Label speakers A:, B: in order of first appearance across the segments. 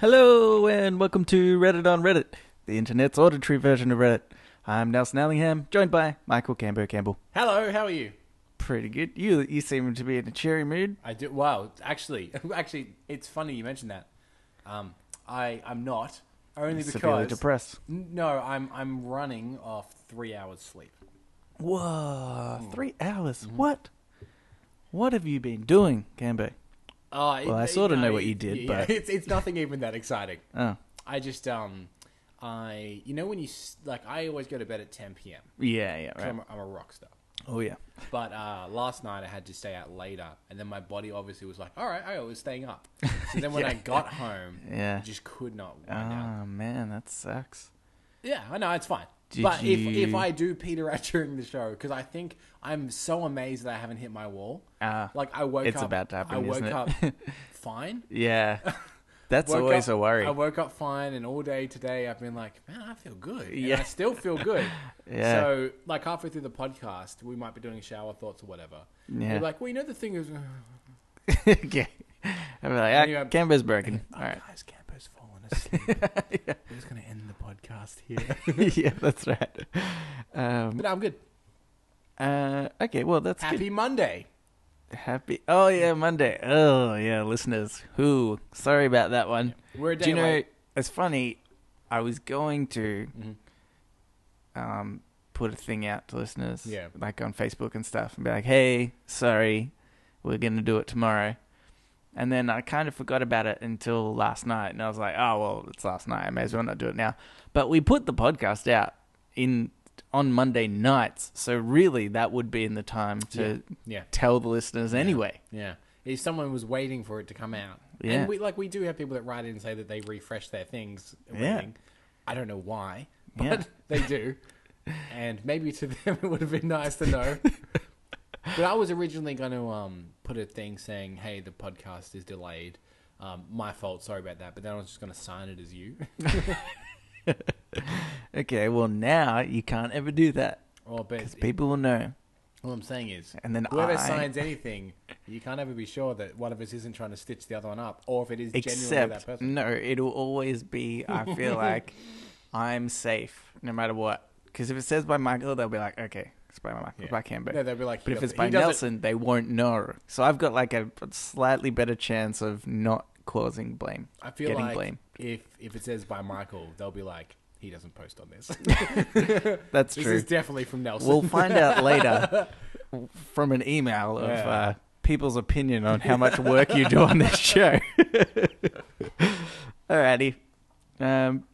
A: Hello and welcome to Reddit on Reddit, the internet's auditory version of Reddit. I'm Nelson Allingham, joined by Michael Camber Campbell.
B: Hello, how are you?
A: Pretty good. You you seem to be in a cheery mood.
B: I do wow. Actually, actually, it's funny you mentioned that. Um, I I'm not only
A: Severely
B: because
A: depressed.
B: N- no, I'm I'm running off three hours sleep.
A: Whoa,
B: Mm.
A: three hours.
B: Mm-hmm.
A: What? What have you been doing, Camber?
B: Uh,
A: Well, I sorta know what you did, but-
B: it's it's nothing even that exciting.
A: Oh,
B: I just um, I you know when you s- like I always go to bed at 10 p.m.
A: yeah, yeah,
B: 'cause
A: right.
B: I'm, a- I'm a rock star.
A: Oh, yeah.
B: But uh, last night I had to stay out later, and then my body obviously was like, "All right, I was staying up." So then when I got home,
A: Yeah.
B: I just could not wind down.
A: Oh, man, that sucks.
B: Yeah, I know it's fine.
A: Did
B: but if if
A: you-
B: I do peter out during the show, because I think I'm so amazed that I haven't hit my wall.
A: Ah,
B: like I woke
A: it's
B: up.
A: about to happen,
B: I woke
A: isn't it?
B: up fine.
A: Yeah. That's
B: Woke
A: always
B: up-
A: a worry.
B: I woke up fine, and all day today I've been like, man, I feel good. And
A: Yeah.
B: I still feel good.
A: Yeah.
B: So like halfway through the podcast, we might be doing shower thoughts or whatever.
A: Yeah.
B: You're like, well, you know the thing is, "Oh,
A: okay. I'm like, ah,
B: Anyway.
A: Camber's broken. All right.
B: guys, Campo's fallen asleep. We're just gonna end the podcast here.
A: yeah, that's right. Um,
B: but I'm good.
A: uh, okay, well, that's
B: Happy Monday.
A: good. Happy. Oh, yeah, Monday. Oh, yeah, listeners. Who? Sorry about that one.
B: We're a day
A: Mm. Do you know,
B: late.
A: it's funny. I was going to um, put a thing out to listeners,
B: Yeah.
A: like on Facebook and stuff, and be like, hey, sorry, we're going to do it tomorrow. And then I kind of forgot about it until last night, and I was like, oh, well, it's last night. I may as well not do it now. But we put the podcast out in on Monday nights, so really that would be in the time to
B: Yeah.
A: tell the listeners anyway.
B: Yeah. If someone was waiting for it to come out.
A: Yeah.
B: And we like we do have people that write in and say that they refresh their things
A: Yeah.
B: waiting. I don't know why, but
A: Yeah.
B: they do. And maybe to them it would have been nice to know. but I was originally going to um, put a thing saying, "Hey, the podcast is delayed. Um, my fault. Sorry about that." But then I was just going to sign it as you.
A: Okay, well now you can't ever do that
B: Well, but
A: because people will know.
B: all I'm saying is,
A: And then
B: whoever
A: I-
B: signs anything, you can't ever be sure that one of us isn't trying to stitch the other one up, or if it is genuinely that
A: Except
B: person.
A: no, it'll always be. I feel like I'm safe no matter what. Because if it says by Michael, they'll be like, okay, it's by Michael,
B: Yeah.
A: by Camber.
B: No, they'll be like,
A: but
B: he
A: if
B: does
A: it's
B: it-
A: by
B: he does it-
A: Nelson, they won't know. So I've got like a slightly better chance of not causing blame.
B: I feel
A: getting
B: like
A: blame.
B: if if it says by Michael, they'll be like, he doesn't post on this.
A: That's
B: this
A: true.
B: is definitely from Nelson.
A: We'll find out later from an email of
B: Yeah.
A: uh, people's opinion on how much work you do on this show. Alrighty. Um,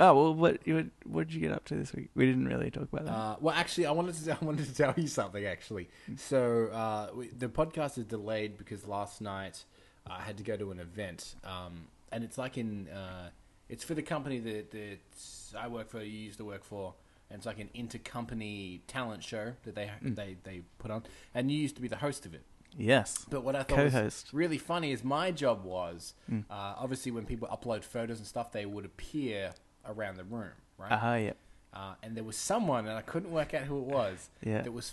A: oh well, what you- what did you get up to this week? We didn't really talk about that.
B: Uh, well, actually, I wanted to I wanted to tell you something. Actually, so uh, we, the podcast is delayed because last night uh, I had to go to an event, um, and it's like in uh, it's for the company that, that I work for. You used to work for, and it's like an intercompany talent show that they
A: Hmm.
B: they they put on, and you used to be the host of it.
A: yes.
B: But what I thought was
A: Co-host. Hmm.
B: really funny is my job was uh, obviously when people upload photos and stuff, they would appear around the room, right?
A: Uh huh. Yeah.
B: Uh, and there was someone, and I couldn't work out who it was,
A: Yeah.
B: that was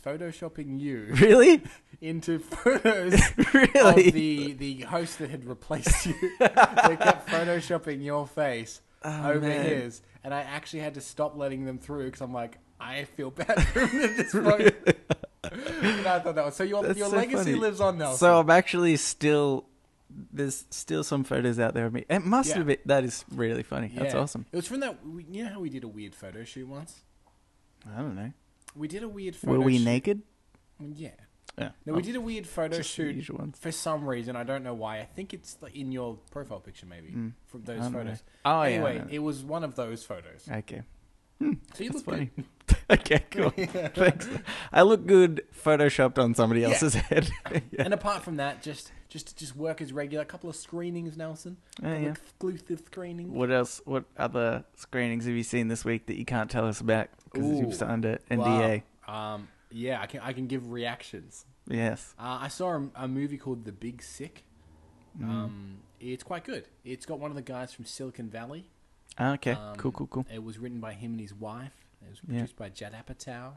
B: photoshopping you
A: Really?
B: into photos
A: Really?
B: of the, the host that had replaced you. they kept photoshopping your face over
A: Oh, man.
B: his, and I actually had to stop letting them through because I'm like, I feel bad for him at this point. and I thought that was so. Your,
A: That's
B: your
A: so
B: legacy
A: funny.
B: lives on now.
A: So I'm actually still. There's still some photos out there of me. It must
B: Yeah.
A: have been. That is really funny. That's
B: Yeah.
A: awesome.
B: It was from that. we- You know how we did a weird photo shoot once?
A: I don't know.
B: We did a weird photo
A: Were we
B: shoot.
A: naked?
B: Yeah.
A: Yeah.
B: No, we did a weird photo
A: just the
B: shoot
A: usual ones.
B: for some reason. I don't know why. I think it's like in your profile picture, maybe, from those
A: don't know.
B: photos.
A: Oh, yeah, Mm. I
B: anyway,
A: know.
B: it was one of those photos.
A: Okay.
B: So you
A: That's
B: look
A: funny.
B: funny.
A: okay, cool. Thanks. I look good photoshopped on somebody
B: Yeah.
A: else's head. yeah.
B: And apart from that, just just just work as regular. A couple of screenings, Nelson. A
A: Yeah,
B: couple
A: yeah.
B: Exclusive screenings.
A: What else? What other screenings have you seen this week that you can't tell us about because
B: Ooh.
A: you've signed an NDA?
B: Wow. Um, yeah, I can I can give reactions.
A: Yes.
B: Uh, I saw a, a movie called The Big Sick.
A: Mm.
B: Um, it's quite good. It's got one of the guys from Silicon Valley.
A: Ah, Okay.
B: Um,
A: cool. Cool. Cool.
B: It was written by him and his wife. It was
A: Yeah.
B: produced by Judd Apatow.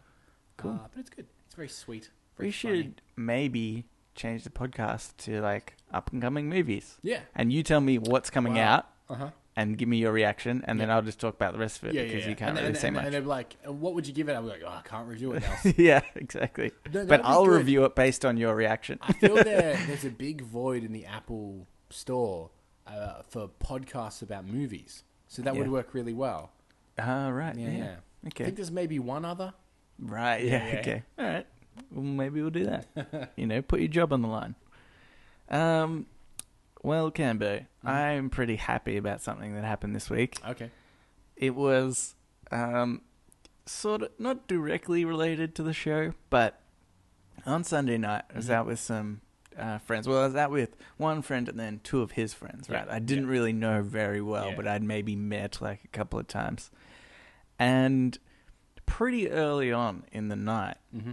A: Cool.
B: Uh, but it's good. It's very sweet. Very
A: We
B: funny.
A: should maybe change the podcast to like up and coming movies,
B: Yeah.
A: and you tell me what's coming
B: Wow.
A: out,
B: Uh huh.
A: and give me your reaction, and then I'll just talk about the rest of it
B: Yeah,
A: because
B: yeah,
A: you can't
B: and,
A: really
B: and,
A: say
B: and,
A: much.
B: And they're like, "Uh, "What would you give it?" I'm like, "Oh, I can't review it now."
A: yeah, exactly. but
B: No, that'd be
A: I'll
B: good.
A: review it based on your reaction.
B: I feel there, there's a big void in the Apple store uh, for podcasts about movies, so that would
A: Yeah.
B: work really well.
A: Ah, right.
B: Yeah,
A: Yeah.
B: yeah. I
A: Okay.
B: think there's maybe one other.
A: Right.
B: Yeah,
A: Yeah.
B: yeah.
A: Okay. All right. Well, maybe we'll do that. you know, put your job on the line. Um. Well, Cambo, I'm pretty happy about something that happened this week.
B: Okay.
A: It was um, sort of not directly related to the show, but on Sunday night, I was
B: Mhm.
A: out with some uh, friends. Well, I was out with one friend and then two of his friends,
B: Yeah,
A: right? I didn't really know very well,
B: Yeah.
A: but I'd maybe met like a couple of times. And pretty early on in the night,
B: Mm-hmm.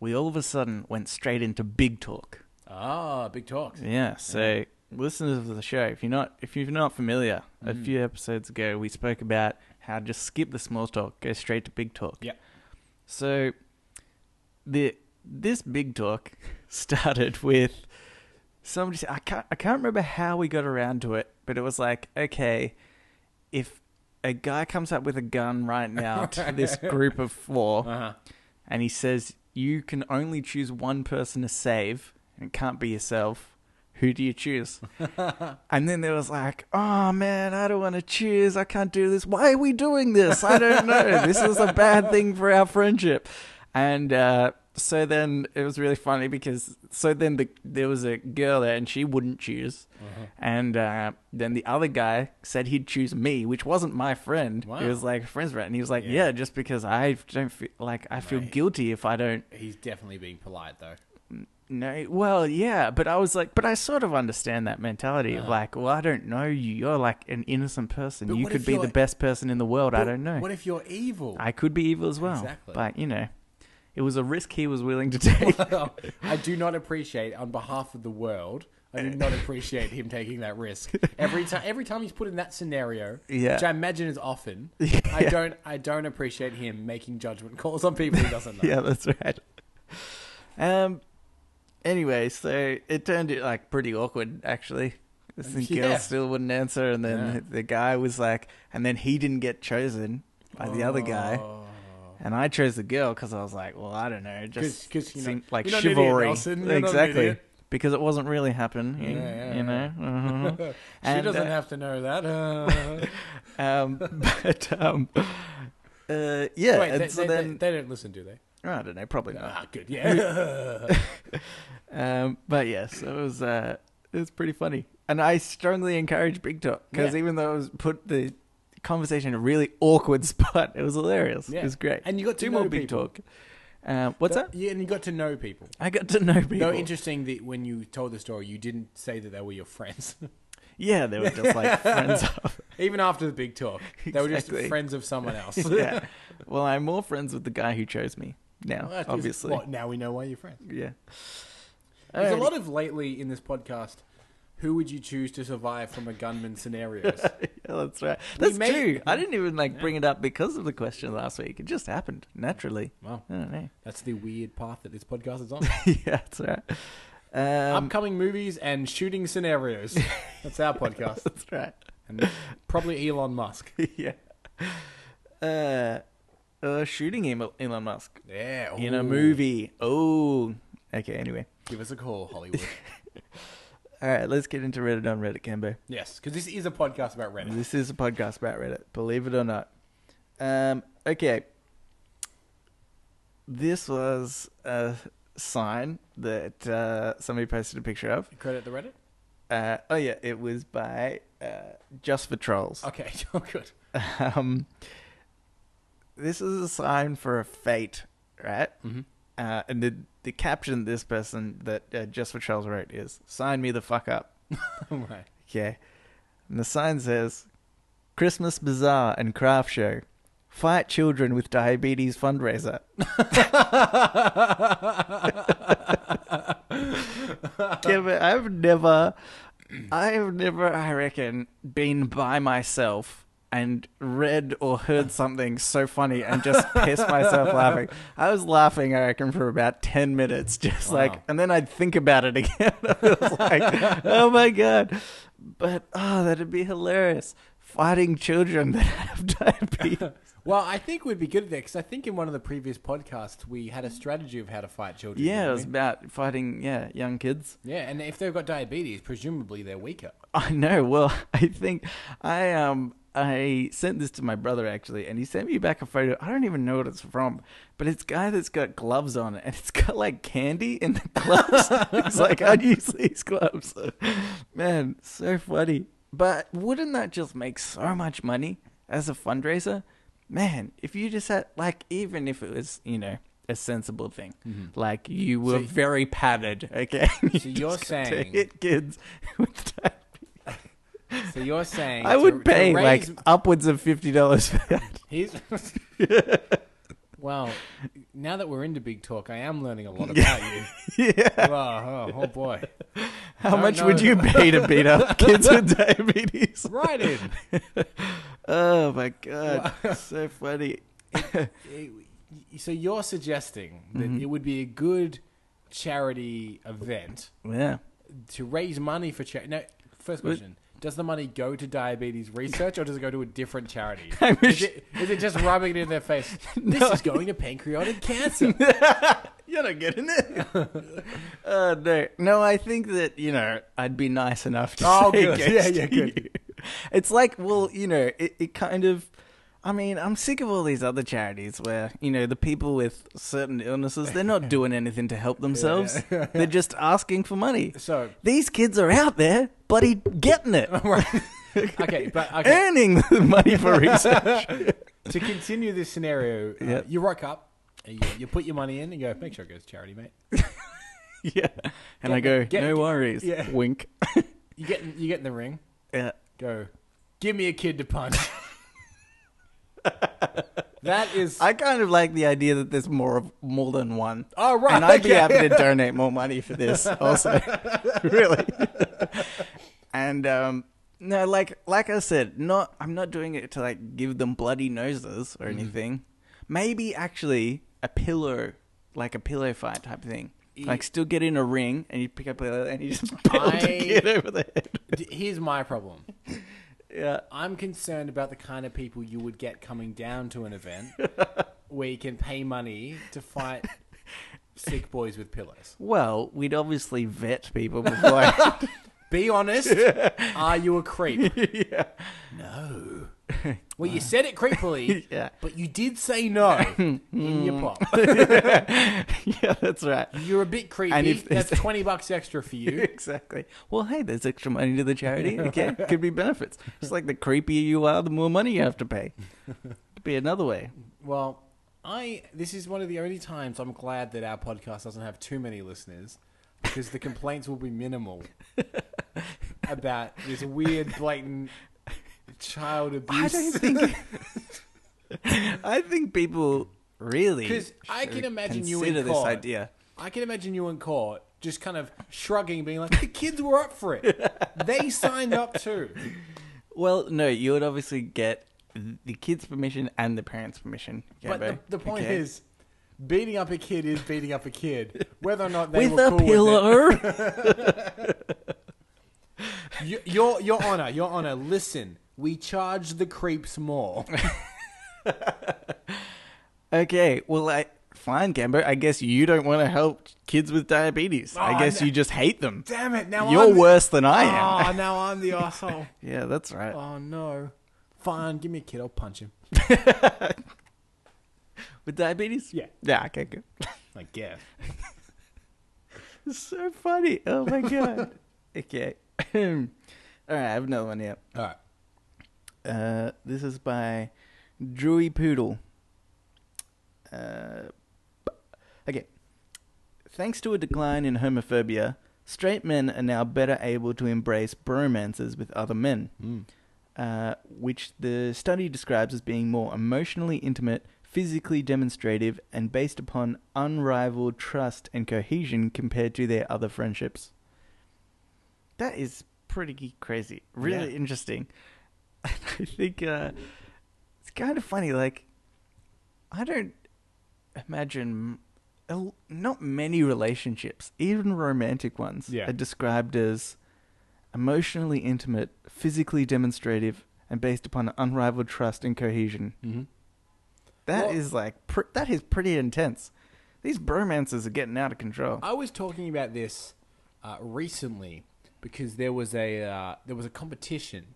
A: we all of a sudden went straight into big talk.
B: Ah, big talks.
A: Yeah. So listeners of the show, if you're not if you're not familiar, a
B: Mhm.
A: few episodes ago we spoke about how just skip the small talk, go straight to big talk.
B: Yep.
A: So the this big talk started with somebody said I can't I can't remember how we got around to it, but it was like, okay, if a guy comes up with a gun right now to this group of four,
B: Uh-huh.
A: and he says you can only choose one person to save and it can't be yourself who do you choose and then there was like oh man i don't want to choose i can't do this why are we doing this i don't know this is a bad thing for our friendship and uh, so then it was really funny because so then the, there was a girl there and she wouldn't choose and uh, then the other guy said he'd choose me, which wasn't my friend.
B: Wow.
A: It was like a friend's friend. And he was like,
B: Yeah.
A: yeah. just because I don't feel like I feel
B: Right.
A: guilty if I don't
B: He's definitely being polite though.
A: know. Well, yeah, but I was like, but I sort of understand that mentality of
B: Uh-huh.
A: like, well, I don't know you. You're like an innocent person.
B: But
A: you
B: what
A: could
B: if
A: be
B: you're-
A: the best person in the world. I
B: But
A: don't know.
B: What if you're evil?
A: I could be evil as well.
B: Exactly.
A: But, you know, it was a risk he was willing to take.
B: I do not appreciate, on behalf of the world, I do not appreciate him taking that risk. Every time, every time he's put in that scenario,
A: Yeah.
B: which I imagine is often,
A: Yeah.
B: I don't, I don't appreciate him making judgment calls on people he doesn't know.
A: yeah, that's right. Um. Anyway, so it turned it like pretty awkward actually. This
B: Yeah.
A: girl still wouldn't answer, and then
B: Yeah.
A: the guy was like, and then he didn't get chosen by the other guy,
B: Oh.
A: and I chose the girl because I was like, well, I don't know, it just
B: 'Cause- 'cause, you know,
A: seemed like
B: you're not an idiot,
A: chivalry,
B: Nelson. You're not an
A: exactly,
B: idiot.
A: because it wasn't really happening,
B: Yeah, yeah,
A: you know. Mhm.
B: she
A: And,
B: doesn't
A: uh,
B: have to know that. Uh,
A: um, but um, uh, yeah,
B: wait,
A: and
B: they,
A: so
B: they-
A: then
B: they, they don't listen, do they?
A: I don't know, probably not.
B: Ah, good. Yeah.
A: Um, but yes, it was uh, it was pretty funny, and I strongly encourage Big Talk because
B: Yeah.
A: even though it was put the conversation in a really awkward spot, it was hilarious.
B: Yeah.
A: It was great.
B: and you got to
A: Two
B: know
A: more Big
B: people.
A: Talk. Um, what's that?
B: Yeah, and you got to know people.
A: I got to know people.
B: No, interesting that when you told the story, you didn't say that they were your friends.
A: yeah, they were just like friends of.
B: Even after the big talk, they were just
A: Exactly.
B: friends of someone else.
A: Yeah. Well, I'm more friends with the guy who chose me now,
B: Well, that's just-
A: obviously.
B: Well, now we know why you're friends.
A: Yeah.
B: There's a
A: Alrighty.
B: lot of lately in this podcast. Who would you choose to survive from a gunman scenarios?
A: Yeah, that's right. That's
B: may-
A: true. I didn't even like bring it up because of the question last week. It just happened naturally.
B: wow,
A: I don't know.
B: that's the weird path that this podcast is on.
A: yeah, that's right. Um,
B: Upcoming movies and shooting scenarios. That's our podcast,
A: That's right.
B: and probably Elon Musk.
A: yeah. Uh, uh, shooting Elon- Elon Musk
B: Yeah,
A: in a
B: ooh.
A: movie. Oh, okay. Anyway,
B: Give us a call, Hollywood.
A: all right. Let's get into Reddit on Reddit, Cambo.
B: yes, because this is a podcast about Reddit.
A: This is a podcast about Reddit. Believe it or not. Um. Okay. This was a sign that uh, somebody posted a picture of.
B: Credit the Reddit.
A: Uh, oh yeah, it was by uh, Just for Trolls.
B: Okay, oh good.
A: Um, this is a sign for a fate, right?
B: Mm-hmm.
A: Uh, and the the caption this person that uh, just for Charles wrote is "Sign me the fuck up."
B: right.
A: Okay, and the sign says "Christmas bazaar and craft show, fight children with diabetes fundraiser." Yeah, but I've never, I've never, I reckon, been by myself and read or heard something so funny and just pissed myself laughing. I was laughing, I reckon, for about ten minutes, just
B: Wow.
A: like, and then I'd think about it again. I was like, oh my god. But oh, that'd be hilarious. Fighting children that have diabetes.
B: Well, I think we'd be good at that because I think in one of the previous podcasts we had a strategy of how to fight children.
A: yeah, it
B: didn't
A: was
B: we?
A: about fighting yeah young kids.
B: yeah, and if they've got diabetes, presumably they're weaker.
A: I know. Well, I think I um I sent this to my brother actually, and he sent me back a photo. I don't even know what it's from, but it's a guy that's got gloves on, and it's got like candy in the gloves. it's like I'd use these gloves. Man, so funny. But wouldn't that just make so much money as a fundraiser? Man, if you just had like, even if it was you know a sensible thing, like you were
B: So-
A: very padded, okay. You
B: So you're
A: just got to
B: saying-
A: hit kids with diabetes.
B: So you're saying
A: I would
B: to- to
A: pay like
B: raise-
A: upwards of fifty dollars for that.
B: He's. well, now that we're into big talk, I am learning a lot about you.
A: yeah.
B: Wow, oh, oh boy!
A: How
B: I
A: much
B: know.
A: would you pay to beat up kids with diabetes?
B: Right in.
A: Oh my god, so funny.
B: So you're suggesting that
A: Mm-hmm.
B: it would be a good charity event
A: Yeah.
B: to raise money for charity. Now, first
A: What?
B: question: Does the money go to diabetes research, or does it go to a different charity?
A: I
B: Is
A: wish-
B: it, is it just rubbing it in their face? This is going to pancreatic cancer.
A: You're not getting it. uh, no, no. I think that you know I'd be nice enough to
B: Oh,
A: say
B: good.
A: yes
B: Yeah, yeah,
A: to
B: good.
A: you. It's like, well, you know, it, it kind of. I mean, I'm sick of all these other charities where you know the people with certain illnesses they're not doing anything to help themselves. They're just asking for money.
B: So-
A: these kids are out there, bloody getting it,
B: Right. Okay, but okay.
A: earning the money for research.
B: to continue this scenario, uh,
A: Yep.
B: you rock up, and you, you put your money in, and go make sure it goes to charity, mate.
A: yeah, and I go,
B: Get-
A: no worries.
B: yeah.
A: Wink.
B: You get in, you get in the ring,
A: yeah.
B: go, give me a kid to punch. that is
A: I kind of like the idea that there's more of more than one.
B: Oh, right,
A: And I'd be
B: okay.
A: happy to donate more money for this also. really. and um no, like like I said, not I'm not doing it to like give them bloody noses
B: Mm.
A: or anything. Maybe actually a pillow like a pillow fight type thing. Like still get in a ring and you pick up a pillow and you just build
B: I-
A: a kid over the head.
B: d- here's my problem.
A: Yeah.
B: I'm concerned about the kind of people you would get coming down to an event where you can pay money to fight sick boys with pillows.
A: Well, we'd obviously vet people before.
B: Be honest. Are you a creep? No. Well, you said it creepily,
A: Yeah.
B: but you did say no in your pop.
A: yeah, that's right.
B: You're a bit creepy.
A: And if-
B: That's 20 bucks extra for you.
A: exactly. Well, hey, there's extra money to the charity. Okay, could be benefits. It's like the creepier you are, the more money you have to pay. Could be another way.
B: Well, I this is one of the only times I'm glad that our podcast doesn't have too many listeners because the complaints will be minimal about this weird blatant child
A: I
B: abuse.
A: don't think. I think people really
B: 'Cause I
A: should
B: can imagine you in
A: consider this
B: court.
A: idea.
B: I can imagine you in court just kind of shrugging being like the kids were up for it. They signed up too.
A: Well, no, you would obviously get the kids' permission and the parents' permission.
B: But
A: Gabbo.
B: the, the point
A: Okay?
B: is beating up a kid is beating up a kid whether or not they
A: with
B: were
A: a
B: cool with it.
A: pillow.
B: Y- Your Your Honor, Your Honor, listen. We charge the creeps more.
A: okay, well, I fine, Gambo. I guess you don't want to help kids with diabetes.
B: Oh,
A: I guess
B: no.
A: you just hate them.
B: Damn it! Now
A: You're
B: I'm the-
A: worse than I am.
B: Oh, now I'm the asshole.
A: Yeah, that's right.
B: Oh no. Fine, give me a kid. I'll punch him.
A: With diabetes?
B: Yeah.
A: Yeah, okay, good.
B: I guess.
A: It's so funny. Oh my god. okay. All right, I have another one here.
B: All right.
A: Uh, this is by Drewy Poodle. Uh, b- okay. Thanks to a decline in homophobia, straight men are now better able to embrace bromances with other men, uh, which the study describes as being more emotionally intimate, physically demonstrative, and based upon unrivaled trust and cohesion compared to their other friendships. That is pretty crazy. Really
B: Yeah.
A: interesting. And I think uh, it's kind of funny. Like, I don't imagine a- not many relationships, even romantic ones,
B: Yeah.
A: are described as emotionally intimate, physically demonstrative, and based upon unrivaled trust and cohesion.
B: Mm-hmm.
A: That is
B: Well-
A: like pr- that is pretty intense. These bromances are getting out of control.
B: I was talking about this uh, recently because there was a uh, there was a competition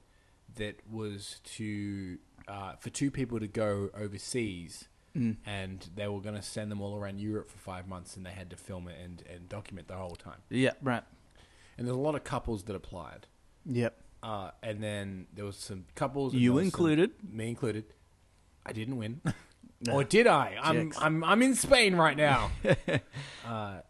B: that was to uh, for two people to go overseas,
A: Hmm.
B: and they were going to send them all around Europe for five months, and they had to film it and, and document the whole time.
A: yeah, right.
B: And there's a lot of couples that applied,
A: Yep.
B: uh, and then there was some couples. and
A: You
B: there was some-
A: included.
B: me included. I didn't win,
A: No.
B: or did I? I'm
A: Jerks.
B: I'm I'm in Spain right now. uh,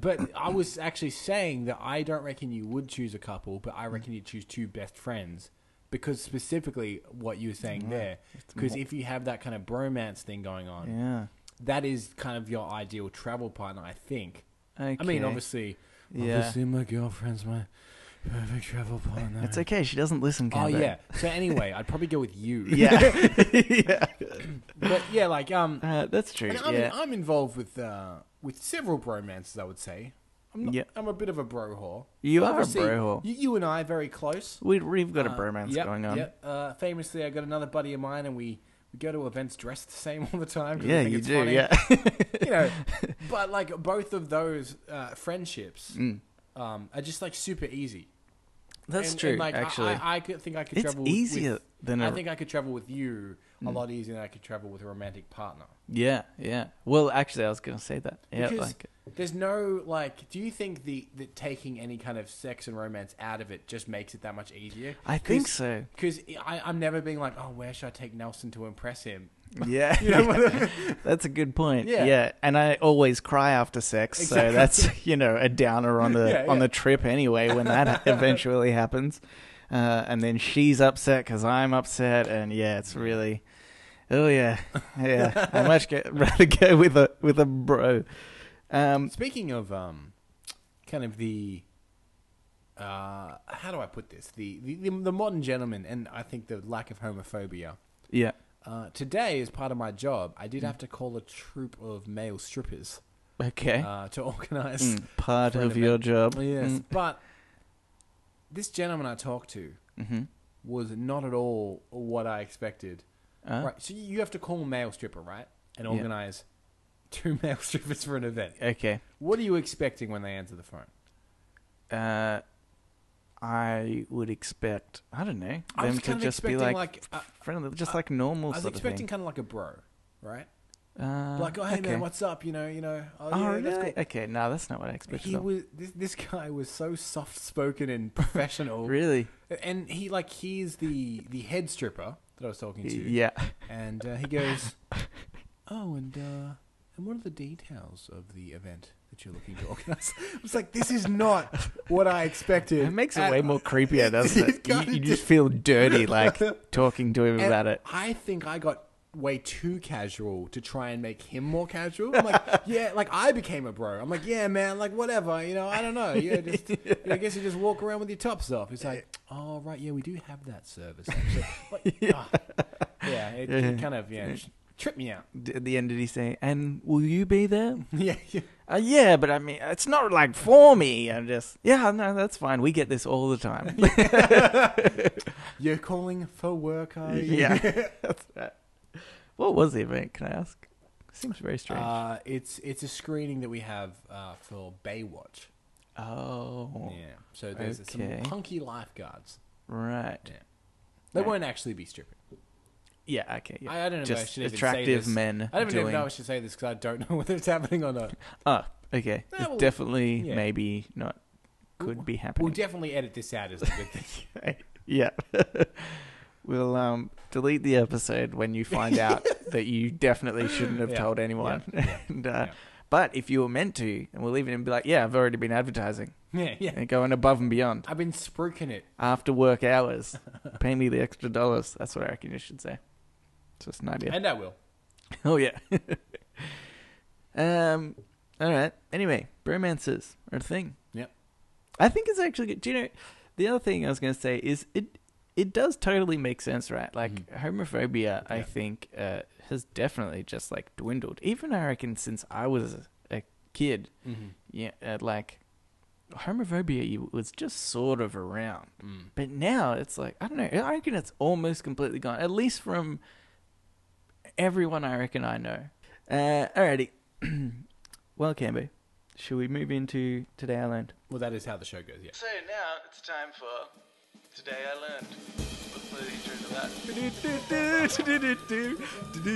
B: but I was actually saying that I don't reckon you would choose a couple, but
A: Mm.
B: I reckon you'd choose two best friends because specifically what you were saying there. Because if you have that kind of bromance thing going on,
A: Yeah.
B: that is kind of your ideal travel partner, I think.
A: Okay.
B: I mean, obviously,
A: Yeah.
B: obviously, my girlfriend's my perfect travel partner.
A: It's okay. She doesn't listen.
B: Oh
A: Cambo.
B: yeah. So anyway, I'd probably go with you.
A: Yeah. yeah.
B: But yeah, like um,
A: Uh, that's true.
B: And I'm,
A: yeah.
B: I'm involved with uh, with several bromances, I would say. I'm, not,
A: Yeah.
B: I'm a bit of a bro whore.
A: You are a
B: Obviously,
A: bro whore.
B: You, you and I are very close.
A: we, we've got a
B: Uh,
A: bromance
B: yep,
A: going on.
B: Yep. Uh, famously, I got another buddy of mine, and we, we go to events dressed the same all the time. 'cause we
A: Yeah,
B: think
A: you
B: it's
A: do.
B: funny.
A: Yeah.
B: you know, but like both of those uh, friendships um, are just like super easy.
A: Mm. that's
B: And-
A: true.
B: and, like, I-
A: actually,
B: I, I could think I could
A: It's
B: travel
A: easier
B: with,
A: than
B: I
A: a-
B: think I could travel with you a lot easier than I could travel with a romantic partner.
A: yeah, yeah. Well, actually, I was going to say that. Yeah,
B: because
A: like
B: there's no like. Do you think the that taking any kind of sex and romance out of it just makes it that much easier?
A: I think so.
B: Because I'm never being like, oh, where should I take Nelson to impress him?
A: Yeah,
B: You know what I-
A: that's a good point.
B: Yeah.
A: Yeah. and I always cry after sex,
B: Exactly.
A: so that's you know a downer on the
B: Yeah,
A: on
B: yeah.
A: the trip anyway. When that eventually happens, uh, and then she's upset because I'm upset, and yeah, it's really, oh yeah, yeah. I much go, rather go with a with a bro. Um,
B: Speaking of um, kind of the. Uh, how do I put this? The, the the the modern gentleman, and I think the lack of homophobia.
A: yeah.
B: Uh, today, as part of my job, I did have to call a troupe of male strippers
A: Okay.
B: uh, to organize
A: Eh? Mm, part
B: for an
A: of your job.
B: Oh, Yes, Mm. but this gentleman I talked to
A: Mm-hmm.
B: was not at all what I expected.
A: Uh,
B: Right, so you have to call a male stripper, right, and
A: Yeah.
B: organize two male strippers for an event.
A: Okay.
B: What are you expecting when they answer the phone?
A: Uh, I would expect. I don't know.
B: I was
A: them to
B: kind of
A: just be
B: expecting
A: like,
B: like, uh,
A: friendly, just like normal
B: I was
A: sort
B: expecting
A: of
B: kind of like a bro, right?
A: thing. Uh,
B: like, oh hey
A: okay.
B: man, what's up? You know, you know. Oh,
A: Oh,
B: yeah,
A: really?
B: that's cool.
A: Okay, no, that's not what I expected.
B: He
A: at all.
B: was this, this guy was so soft spoken and professional,
A: really?
B: and he like he's the the head stripper that I was talking to.
A: Yeah.
B: And uh, he goes, "Oh, and uh, and what are the details of the event that you're looking to organize?" I was like, "This is not what I expected."
A: It makes it
B: And-
A: way more creepier, doesn't
B: It's
A: it? You,
B: kinda
A: you just feel dirty, like talking to him
B: and
A: about it.
B: I think I got way too casual to try and make him more casual. I'm like, yeah, like I became a bro. I'm like, yeah, man, like whatever, you know, I don't know. Yeah, just I guess you just walk around with your tops off. It's like, oh right, yeah, we do have that service. Actually. Like, ah. yeah, it, it kind of yeah, tripped me out.
A: D- At the end, did he say, "And will you be there?"
B: yeah, yeah.
A: Uh, yeah, but I mean, it's not like for me. I'm just, yeah, no, that's fine. We get this all the time.
B: You're calling for work, are you?
A: yeah. That's right. What was the event? Can I ask? Seems very strange.
B: Uh, it's it's a screening that we have uh, for Baywatch.
A: oh,
B: Yeah. So there's
A: Okay.
B: some punky lifeguards.
A: right.
B: Yeah. They
A: Right.
B: won't actually be stripping.
A: Yeah. Okay. Yeah.
B: I, I don't know if I
A: Just
B: should even say
A: attractive
B: this.
A: men.
B: I don't even
A: doing-
B: know if I should say this because I don't know whether it's happening or not.
A: Oh, okay.
B: No,
A: It's
B: Eh, well,
A: definitely,
B: yeah.
A: maybe not. Could be
B: We'll
A: happening.
B: definitely edit this out as a good thing.
A: yeah. we'll um delete the episode when you find out that you definitely shouldn't have
B: Yeah,
A: told anyone. and, uh,
B: yeah.
A: But if you were meant to, and we'll even be like, yeah, I've already been advertising
B: yeah, yeah.
A: and going above and beyond.
B: I've been spruiking it.
A: after work hours. Pay me the extra dollars. That's what I reckon you should say. It's just an idea.
B: And I will.
A: oh yeah. um. All right. Anyway, bromances are a thing.
B: Yep.
A: I think it's actually good. Do you know? The other thing I was going to say is it. It does totally make sense, right? Like
B: Mhm.
A: homophobia, I
B: Yeah.
A: think, uh, has definitely just like dwindled. Even I reckon since I was a kid,
B: Mm-hmm.
A: yeah, uh, like homophobia was just sort of around,
B: Mm.
A: but now it's like I don't know. I reckon it's almost completely gone, at least from everyone I reckon I know. Uh, alrighty, well, Cambo, should we move into today I learned?
B: Well, that is how the show goes. Yeah.
A: So now it's time for today I learned.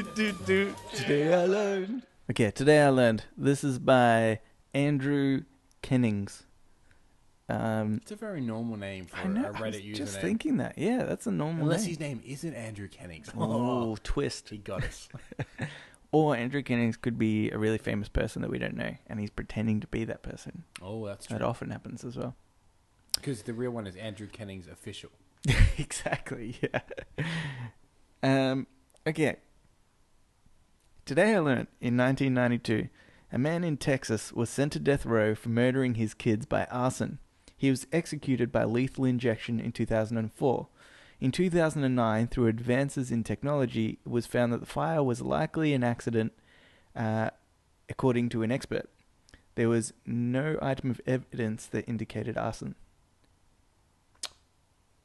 A: Today I learned. Okay, today I learned. This is by Andrew Kennings. Um,
B: It's a very normal name for
A: I know.
B: a
A: I was
B: Reddit username.
A: just thinking that. Yeah, that's a normal
B: Unless
A: name.
B: his name isn't Andrew Kennings.
A: Oh, twist.
B: he got us.
A: Or Andrew Kennings could be a really famous person that we don't know, and he's pretending to be that person.
B: oh, that's
A: That
B: true.
A: often happens as well.
B: Because the real one is Andrew Kennings official.
A: exactly. Yeah. Um, okay. Today I learned in 1992, a man in Texas was sent to death row for murdering his kids by arson. He was executed by lethal injection in 2004. In 2009, through advances in technology, it was found that the fire was likely an accident, uh, according to an expert. There was no item of evidence that indicated arson.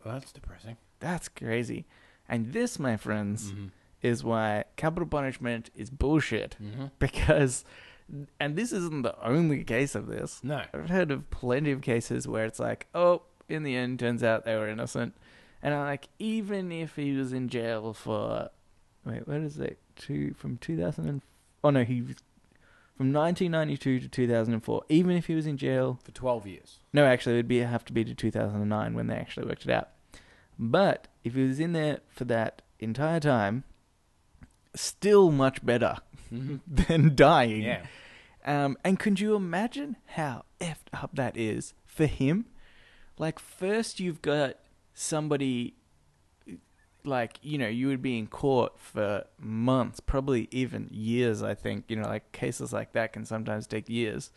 B: Well, that's depressing.
A: That's crazy. And this, my friends,
B: Mm-hmm.
A: is why capital punishment is bullshit.
B: Mm-hmm.
A: Because, and this isn't the only case of this.
B: No.
A: I've heard of plenty of cases where it's like, oh, in the end, turns out they were innocent. And I'm like, even if he was in jail for, wait, what is it? Two from 2000 and oh no, he was- from 1992 to 2004. Even if he was in jail
B: For 12 years.
A: no, actually, it would be have to be to 2009 when they actually worked it out. But if he was in there for that entire time, still much better
B: Mm-hmm.
A: than dying.
B: Yeah.
A: Um, and could you imagine how effed up that is for him? Like, first you've got somebody, like, you know, you would be in court for months, probably even years, I think. You know, like, cases like that can sometimes take years.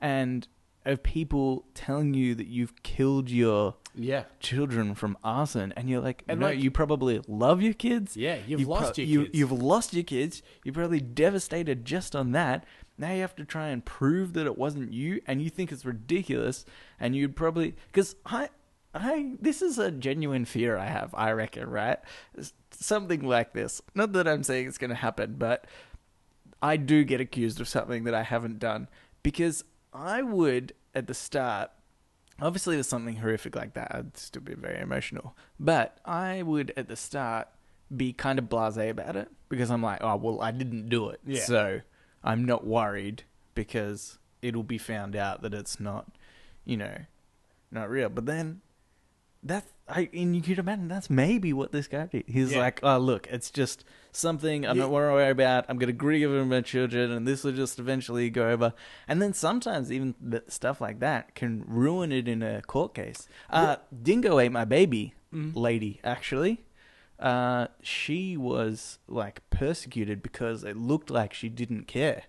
A: And of people telling you that you've killed your
B: Yeah.
A: children from arson, and you're like,
B: And,
A: no,
B: like-
A: you probably love your kids.
B: Yeah. You've
A: You've
B: lost
A: pro-
B: your
A: you-
B: kids.
A: You've lost your kids. You're probably devastated just on that. Now you have to try and prove that it wasn't you, and you think it's ridiculous. And you'd probably because I, I this is a genuine fear I have. I reckon, right? S- Something like this. Not that I'm saying it's going to happen, but I do get accused of something that I haven't done because I would at the start. Obviously, with something horrific like that, I'd still be very emotional. But I would at the start be kind of blasé about it because I'm like, oh well, I didn't do it,
B: Yeah.
A: so I'm not worried because it'll be found out that it's not, you know, not real. But then that I and you could imagine that's maybe what this guy did. He's
B: Yeah.
A: like, oh look, it's just something I'm
B: Yeah.
A: not worried about. I'm gonna grieve over my children, and this will just eventually go over. And then sometimes even th- stuff like that can ruin it in a court case. Uh, Dingo ate my baby, lady. Actually, uh, she was like persecuted because it looked like she didn't care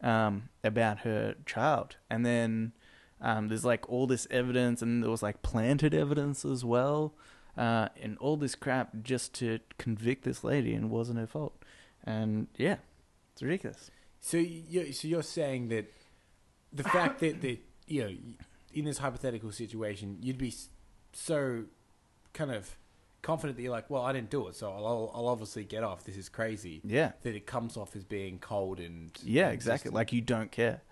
A: um, about her child. And then um, there's like all this evidence, and there was like planted evidence as well, uh, and all this crap just to convict this lady, and it wasn't her fault. And yeah, it's ridiculous.
B: So you so you're saying that the fact that that you know in this hypothetical situation you'd be s- so kind of confident that you're like, well, I didn't do it, so I'll I'll obviously get off. This is crazy.
A: Yeah.
B: That it comes off as being cold and
A: Yeah,
B: and
A: exactly.
B: just-
A: Like you don't care,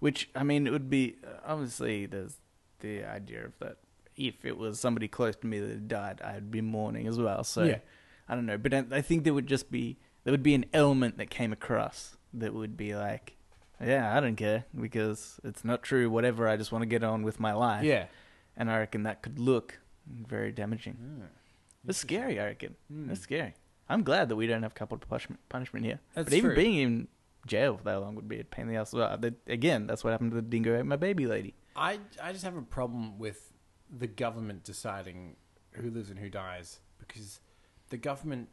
A: which I mean, it would be obviously there's the idea of that. If it was somebody close to me that had died, I'd be mourning as well. So
B: Yeah.
A: I don't know, but I, I think there would just be there would be an element that came across that would be like, yeah, I don't care because it's not true. Whatever, I just want to get on with my life.
B: yeah,
A: and I reckon that could look very damaging. It's scary, I reckon.
B: Mm.
A: It's scary. I'm glad that we don't have capital punishment, punishment here.
B: That's
A: but even
B: true.
A: being in jail for that long would be a pain in the ass as well. That- again, that's what happened to the dingo ate my baby lady.
B: I I just have a problem with the government deciding who lives and who dies because the government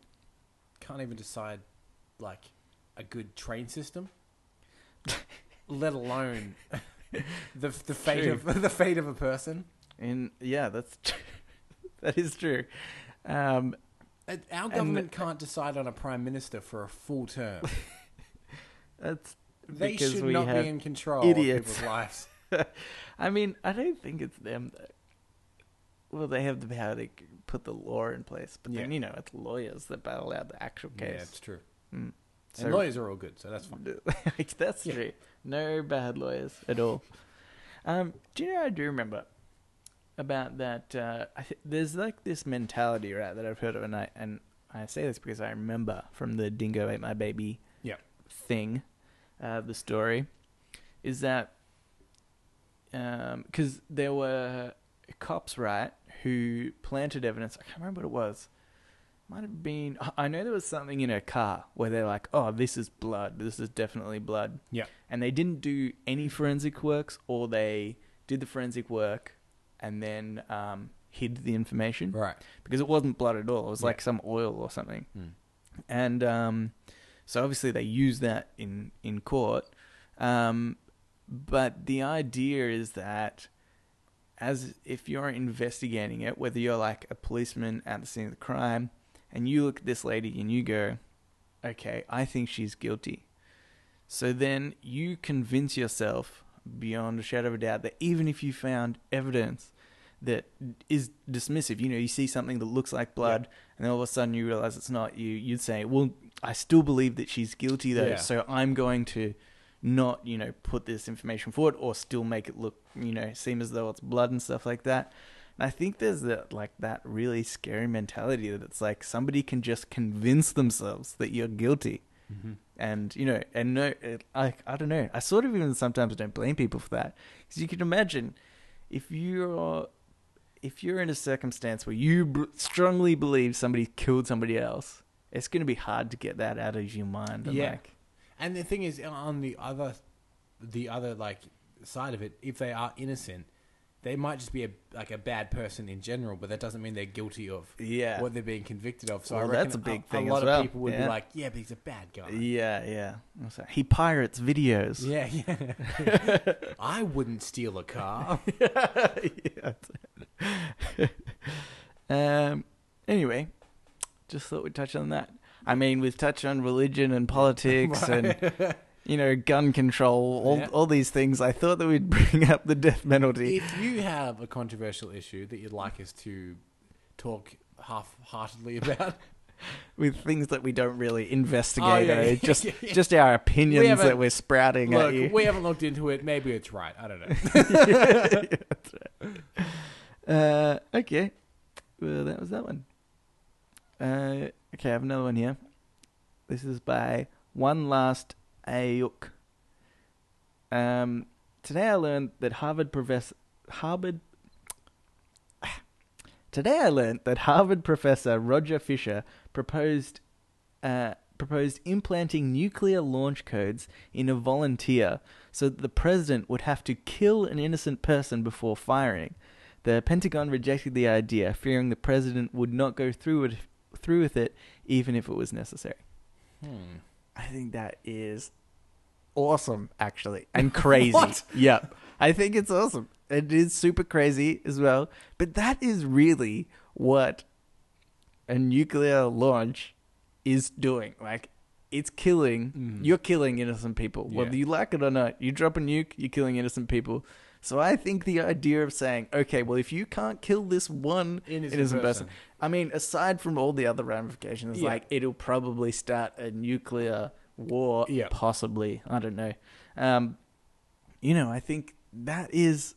B: can't even decide like a good train system, let alone the the fate
A: True.
B: of the fate of a person.
A: And yeah, that's tr- that is true. Um,
B: Uh, Our government can't decide on a prime minister for a full term.
A: that's
B: They
A: because
B: should
A: we
B: not
A: have
B: be in control
A: idiots.
B: of people's lives.
A: I mean, I don't think it's them. That, well, they have the power to put the law in place, but then
B: Yeah.
A: you know it's lawyers that battle out the actual
B: Yeah,
A: case.
B: it's true.
A: Mm.
B: and lawyers are all good, so that's fine.
A: like, that's
B: Yeah.
A: true. No bad lawyers at all. Um, do you know I do remember about that? Uh, I th- there's like this mentality, right, that I've heard of, and I and I say this because I remember from the Dingo ate my baby
B: Yeah.
A: thing, uh, the story is that because there were cops, right, who planted evidence. I can't remember what it was. Might have been. I- I know there was something in her car where they're like, "Oh, this is blood. This is definitely blood."
B: Yeah.
A: And they didn't do any forensic works, or they did the forensic work and then um, hid the information
B: Right.
A: because it wasn't blood at all. It was
B: Yeah.
A: like some oil or something.
B: Mm.
A: And um, so obviously they use that in in court. Um, but the idea is that as if you're investigating it, whether you're like a policeman at the scene of the crime, and you look at this lady and you go, "Okay, I think she's guilty." So then you convince yourself beyond a shadow of a doubt that even if you found evidence that is dismissive, you know, you see something that looks like blood and then all of a sudden you realize it's not you, you'd say, well, I still believe that she's guilty though,
B: Yeah.
A: so I'm going to not, you know, put this information forward or still make it look, you know, seem as though it's blood and stuff like that. And I think there's that like that really scary mentality that it's like somebody can just convince themselves that you're guilty
B: Mm-hmm.
A: and you know and no it, I, I don't know i sort of even sometimes don't blame people for that because you can imagine if you're if you're in a circumstance where you b- strongly believe somebody killed somebody else it's going to be hard to get that out of your mind and
B: Yeah.
A: like
B: And the thing is, on the other, the other like side of it, if they are innocent, they might just be a like a bad person in general, but that doesn't mean they're guilty of
A: yeah
B: what they're being convicted of. So I
A: Well,
B: reckon
A: that's a big
B: a,
A: thing
B: a lot
A: as well.
B: of people would
A: Yeah.
B: be like, "Yeah, but he's a bad guy."
A: yeah yeah What's that? he pirates videos
B: Yeah, yeah. I wouldn't steal a car.
A: yeah. um. Anyway, just thought we'd touch on that. I mean, we've touched on religion and politics and you know gun control, all
B: Yeah.
A: all these things. I thought that we'd bring up the death penalty.
B: if you have a controversial issue that you'd like us to talk half-heartedly about,
A: with things that we don't really investigate.
B: Oh, yeah,
A: eh?
B: yeah,
A: just
B: yeah, yeah.
A: just our
B: We
A: opinions
B: haven't-
A: that we're sprouting at you.
B: look, we haven't looked into it. Maybe it's right. I don't know.
A: uh, okay. Well, that was that one. Uh, okay, I have another one here. This is by One Last Ayuk. Um, today I learned that Harvard professor Harvard. Today I learned that Harvard professor Roger Fisher proposed uh, proposed implanting nuclear launch codes in a volunteer so that the president would have to kill an innocent person before firing. The Pentagon rejected the idea, fearing the president would not go through it, through with it, even if it was necessary.
B: Hmm.
A: I think that is awesome, actually, and crazy.
B: What?
A: Yep, I think it's awesome. It is super crazy as well, but that is really what a nuclear launch is doing. Like, it's killing.
B: Mhm.
A: You're killing innocent people, whether
B: Yeah.
A: you like it or not. You drop a nuke, you're killing innocent people. So I think the idea of saying, okay, well, if you can't kill this one
B: Innocent
A: innocent person,
B: person.
A: I mean, aside from all the other ramifications,
B: Yeah.
A: like it'll probably start a nuclear war,
B: Yeah.
A: possibly. I don't know. Um, you know, I think that is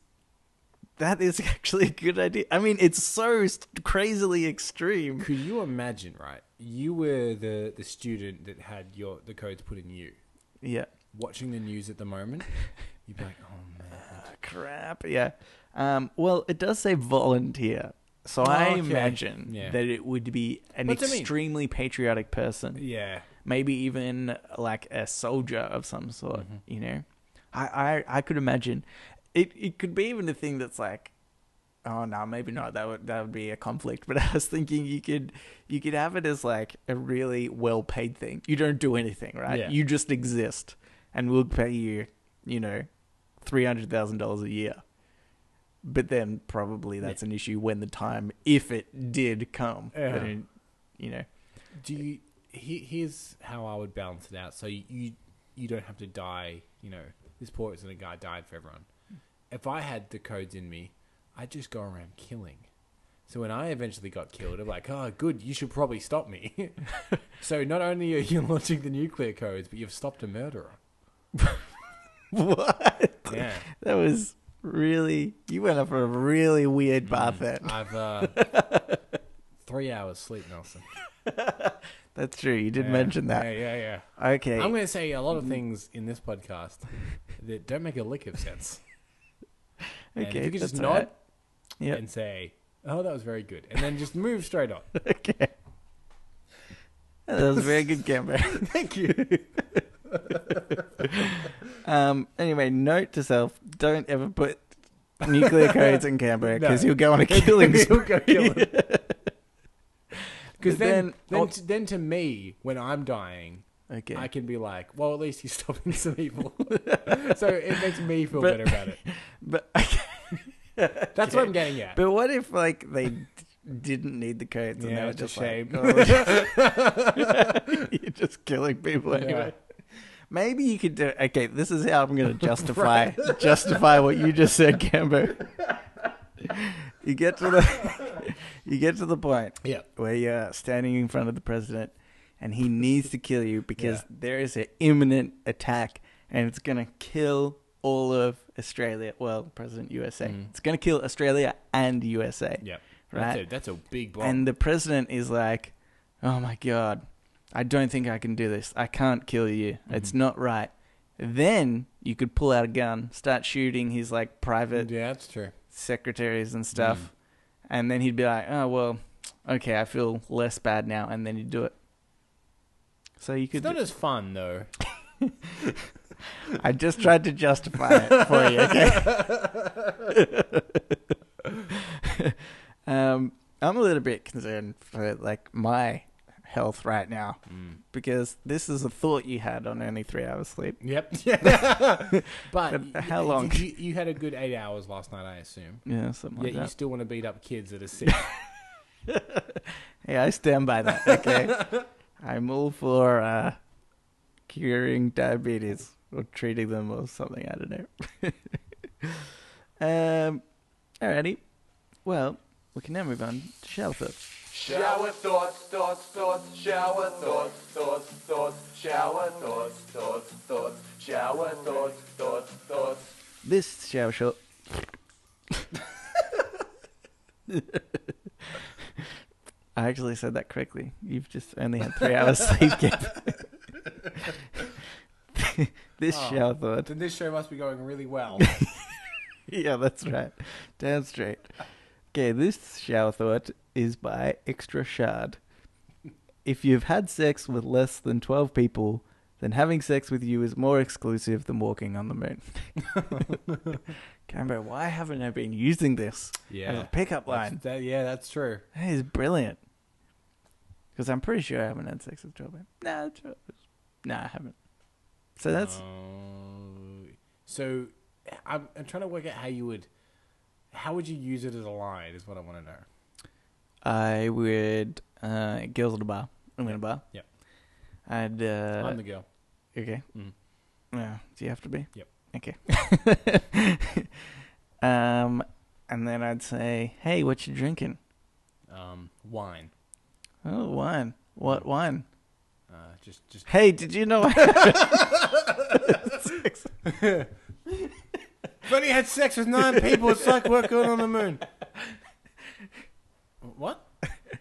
A: that is actually a good idea. I mean, it's so st- crazily extreme.
B: Could you imagine, right? You were the, the student that had your the codes put in you.
A: Yeah,
B: Watching the news at the moment, you'd be like, oh man.
A: crap. Yeah. Um, well, it does say volunteer, so I
B: Oh, Okay.
A: imagine
B: Yeah.
A: that it would be an
B: But to me-
A: extremely patriotic person.
B: Yeah.
A: maybe even like a soldier of some sort
B: Mm-hmm.
A: you know I, I i could imagine it it could be even a thing that's like oh no maybe not that would that would be a conflict but i was thinking you could you could have it as like a really well paid thing you don't do anything right
B: Yeah.
A: you just exist and we'll pay you you know $300000 a year but then probably that's an issue when the time if it did come
B: Yeah.
A: then, you know
B: Do you? He, here's how I would balance it out. So you you don't have to die. You know, this poor isn't a guy died for everyone. if I had the codes in me, I'd just go around killing. So when I eventually got killed, I'm like, oh, good, you should probably stop me. so not only are you launching the nuclear codes, but you've stopped a murderer.
A: What?
B: Yeah.
A: That was really. You went up a really weird
B: Mm-hmm.
A: path there.
B: I've uh, three hours sleep, Nelson.
A: That's true. You did
B: Yeah.
A: mention that.
B: Yeah, yeah, yeah.
A: Okay.
B: I'm going to say a lot of things in this podcast that don't make a lick of sense. And
A: okay.
B: if you could just
A: that's
B: nod
A: all right. Yep.
B: and say, "Oh, that was very good," and then just move straight on.
A: Okay. That was a very good camera.
B: Thank you.
A: Um, anyway, note to self: don't ever put nuclear codes in Canberra because
B: No.
A: you'll go on a killing spree.
B: Because then,
A: Then-
B: then,
A: oh.
B: to, then to me, when I'm dying,
A: Okay,
B: I can be like, "Well, at least he's stopping some evil," so it makes me feel
A: But-
B: better about it.
A: but
B: That's what I'm getting at.
A: but what if like they d- didn't need the codes and they
B: yeah,
A: were
B: it's a
A: just
B: shame.
A: like, "Oh, you're just killing people anyway. Maybe you could do. Okay, this is how I'm going to justify justify what you just said, Cambo. you get to the you get to the point
B: yeah,
A: where you're standing in front of the president and he needs to kill you because
B: Yeah.
A: there is an imminent attack and it's going to kill all of Australia. Well, President USA.
B: Mm.
A: It's going to kill Australia and USA.
B: yeah. That's
A: Right.
B: a, that's a big block.
A: And the president is like, oh my God, I don't think I can do this. I can't kill you.
B: Mm-hmm.
A: It's not right. Then you could pull out a gun, start shooting his like private
B: yeah, that's true.
A: secretaries and stuff.
B: Mm-hmm.
A: And then he'd be like, oh, well, okay, I feel less bad now. And then he'd do it. So you
B: It's
A: could.
B: not as fun though.
A: I just tried to justify it for you, okay? um, I'm a little bit concerned for like my health right now
B: Mm.
A: because this is a thought you had on only three hours sleep.
B: Yep. but,
A: But how long?
B: You, you had a good eight hours last night, I assume.
A: Yeah, something like
B: Yet you
A: that.
B: still want to beat up kids that are sick.
A: Yeah, I stand by that. Okay, I'm all for uh, curing diabetes or treating them or something. I don't know. um, alrighty. Well, we can now move on to shelter.
C: Shower thoughts, thoughts, thoughts, shower thoughts, thoughts, thoughts, shower thoughts, thoughts, thoughts, shower thoughts, thoughts, thoughts.
A: This shower shot. I actually said that correctly. You've just only had three hours sleep. Gabe. this
B: Oh.
A: shower thought.
B: then this show must be going really well.
A: yeah, that's
B: Hmm.
A: right. Damn straight. Okay, this shower thought is by Extra Shard. If you've had sex with less than 12 people, then having sex with you is more exclusive than walking on the moon. Cambo, why haven't I been using this as a
B: Yeah.
A: pickup
B: That's-
A: line?
B: that- yeah, that's true.
A: That is brilliant. Because I'm pretty sure I haven't had sex with 12 people. Nah, 12 nah I haven't. So that's.
B: Oh. so I'm, I'm trying to work out how you would how would you use it as a line is what I want to know.
A: I would uh, girls at a bar. I'm in a bar.
B: Yep.
A: I'd uh,
B: I'm the girl.
A: okay.
B: Mm.
A: Yeah. Do you have to be?
B: Yep.
A: Okay. um, and then I'd say, "Hey, what you drinking?
B: Um, wine.
A: Oh, wine.
B: Mm.
A: What wine?
B: Uh, just just
A: Hey, did you know?"
B: I've only had sex with nine people. It's like we're going on the moon. What?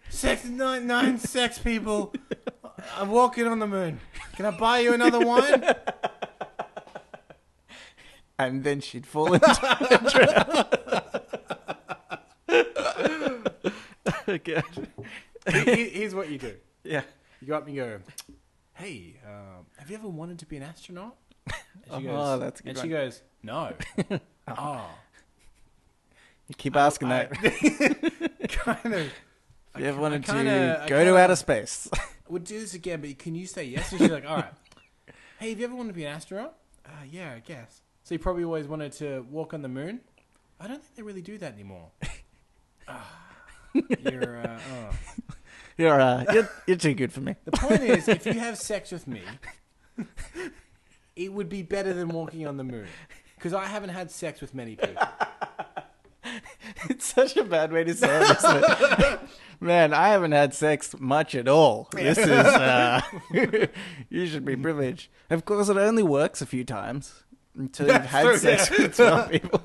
B: Sex nine nine sex people. I'm walking on the moon. Can I buy you another wine?
A: and then she'd fall into a trap. okay.
B: Here- Here's what you do.
A: Yeah.
B: You go up and you go, "Hey, um, have you ever wanted to be an astronaut?" And she
A: Oh,
B: goes,
A: that's a good
B: And
A: one.
B: she goes, "No." oh,
A: You keep asking that.
B: kind of.
A: you
B: I
A: ever wanted
B: kinda-
A: to
B: I
A: go to
B: kinda-
A: outer space?
B: We'll do this again, but can you say yes? And she's like, "All right." Hey, have you ever wanted to be an astronaut? Uh, yeah, I guess. So you probably always wanted to walk on the moon. I don't think they really do that anymore. Ah, you're, uh, oh.
A: You're uh, you're, you're too good for me.
B: The point is, if you have sex with me, it would be better than walking on the moon. because I haven't had sex with many people.
A: It's such a bad way to say it, isn't it? Man, I haven't had sex much at all. This is, uh, you should be privileged. Of course, it only works a few times until you've had
B: true,
A: sex with 12 people.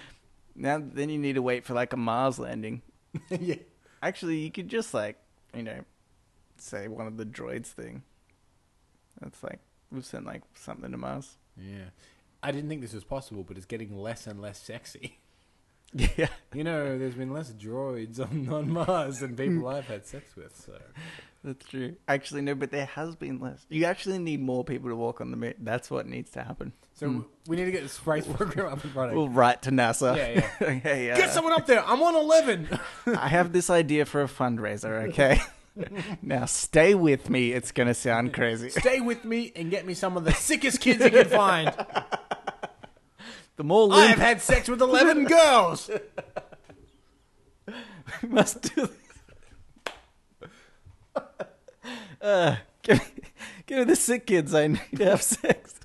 A: now, then you need to wait for like a Mars landing.
B: yeah.
A: Actually, you could just like, you know, say one of the droids thing. That's like, we've sent like something to Mars.
B: Yeah. I didn't think this was possible, but it's getting less and less sexy.
A: Yeah.
B: You know, there's been less droids on, on Mars than people I've had sex with, so.
A: That's true. Actually, no, but there has been less. You actually need more people to walk on the moon. That's what needs to happen.
B: So we need to get this space program up and running.
A: Hmm. We'll write to NASA.
B: Yeah,
A: yeah. hey, uh,
B: get someone up there. I'm on 11.
A: I have this idea for a fundraiser, okay? now, stay with me. It's going to sound crazy.
B: Stay with me and get me some of the sickest kids you can find.
A: The more
B: I have
A: lube
B: had sex with 11 girls.
A: Uh. we must do uh, give, me, give me the sick kids I need to have sex.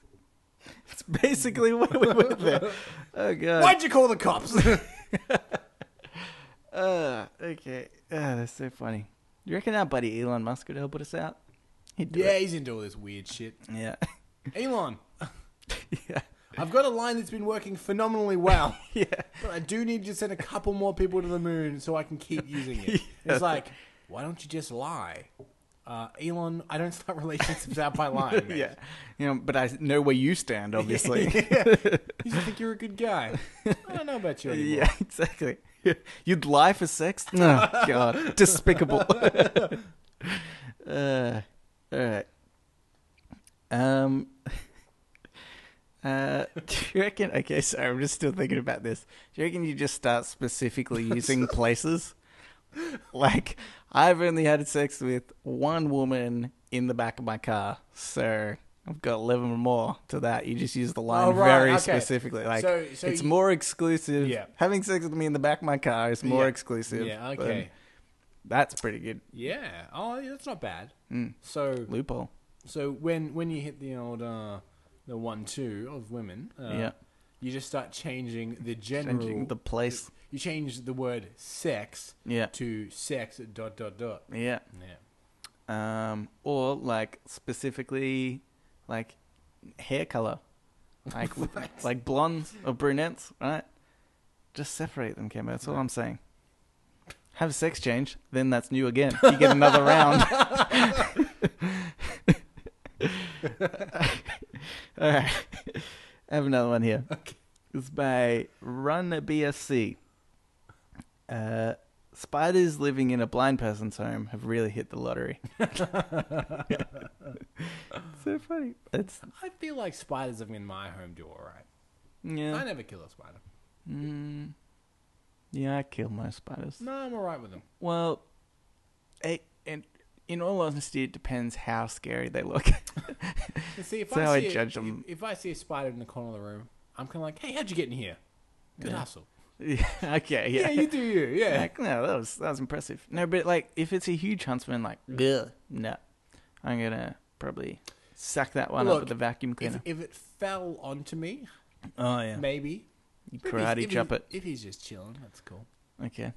A: It's basically what we were there. Oh, God.
B: Why'd you call the cops?
A: Uh, okay. Uh, that's so funny. You reckon our buddy Elon Musk could help us out? He'd do
B: yeah,
A: it.
B: he's into all this weird shit.
A: Yeah.
B: Elon,
A: yeah.
B: I've got a line that's been working phenomenally well.
A: Yeah.
B: But I do need to send a couple more people to the moon so I can keep using it. It's like, why don't you just lie? Uh, Elon, I don't start relationships out by lying. mate.
A: Yeah. You know, but I know where you stand, obviously.
B: You just think you're a good guy. I don't know about you anymore.
A: yeah, exactly. You'd lie for sex? No, God. Despicable. uh, all right. Um. Uh, do you reckon? Okay, sorry, I'm just still thinking about this. Do you reckon you just start specifically using places? Like, I've only had sex with one woman in the back of my car, so I've got 11 more to that. You just use the line
B: Oh, right,
A: very
B: okay.
A: specifically. Like,
B: So- so
A: it's
B: you-
A: more exclusive.
B: Yeah.
A: Having sex with me in the back of my car is more
B: Yeah.
A: exclusive.
B: Yeah,
A: than-
B: okay.
A: That's pretty good. Hmm.
B: Yeah. Oh, yeah, that's not bad. So,
A: Loophole.
B: so when when you hit the old uh, the one two of women, uh,
A: Yeah.
B: you just start changing the general
A: Changing the place.
B: You change the word sex
A: Yeah.
B: to sex dot dot dot.
A: Yeah.
B: Yeah.
A: Um, or like specifically like hair color. Like with- like blondes or brunettes, right? Just separate them, Kimbo. That's all I'm saying. Have a sex change, then that's new again. You get another round. all right. I have another one here.
B: Okay.
A: It's by Run BSC. Uh, spiders living in a blind person's home have really hit the lottery. so funny. It's
B: I feel like spiders living in my home do all right. I
A: yeah.
B: never kill a spider.
A: Mm, yeah, I kill my spiders.
B: No, I'm all right with them.
A: Well, it, and in all honesty, it depends how scary they look.
B: You see, if
A: That's how
B: I
A: I
B: see a-
A: judge
B: if-
A: 'em.
B: If, I see a spider in the corner of the room, I'm kind of like, hey, how'd you get in here? Good hustle.
A: Yeah, okay, yeah.
B: Yeah. you do you. Yeah.
A: Like, no, that was that was impressive. No, but like if it's a huge huntsman, like bleh, no, I'm gonna probably suck that one
B: Look,
A: up with the vacuum
B: if,
A: cleaner.
B: if it fell onto me,
A: oh yeah,
B: maybe.
A: you
B: But if he's-
A: karate
B: if
A: chop
B: he-
A: it.
B: If he's just chilling, that's cool.
A: Okay.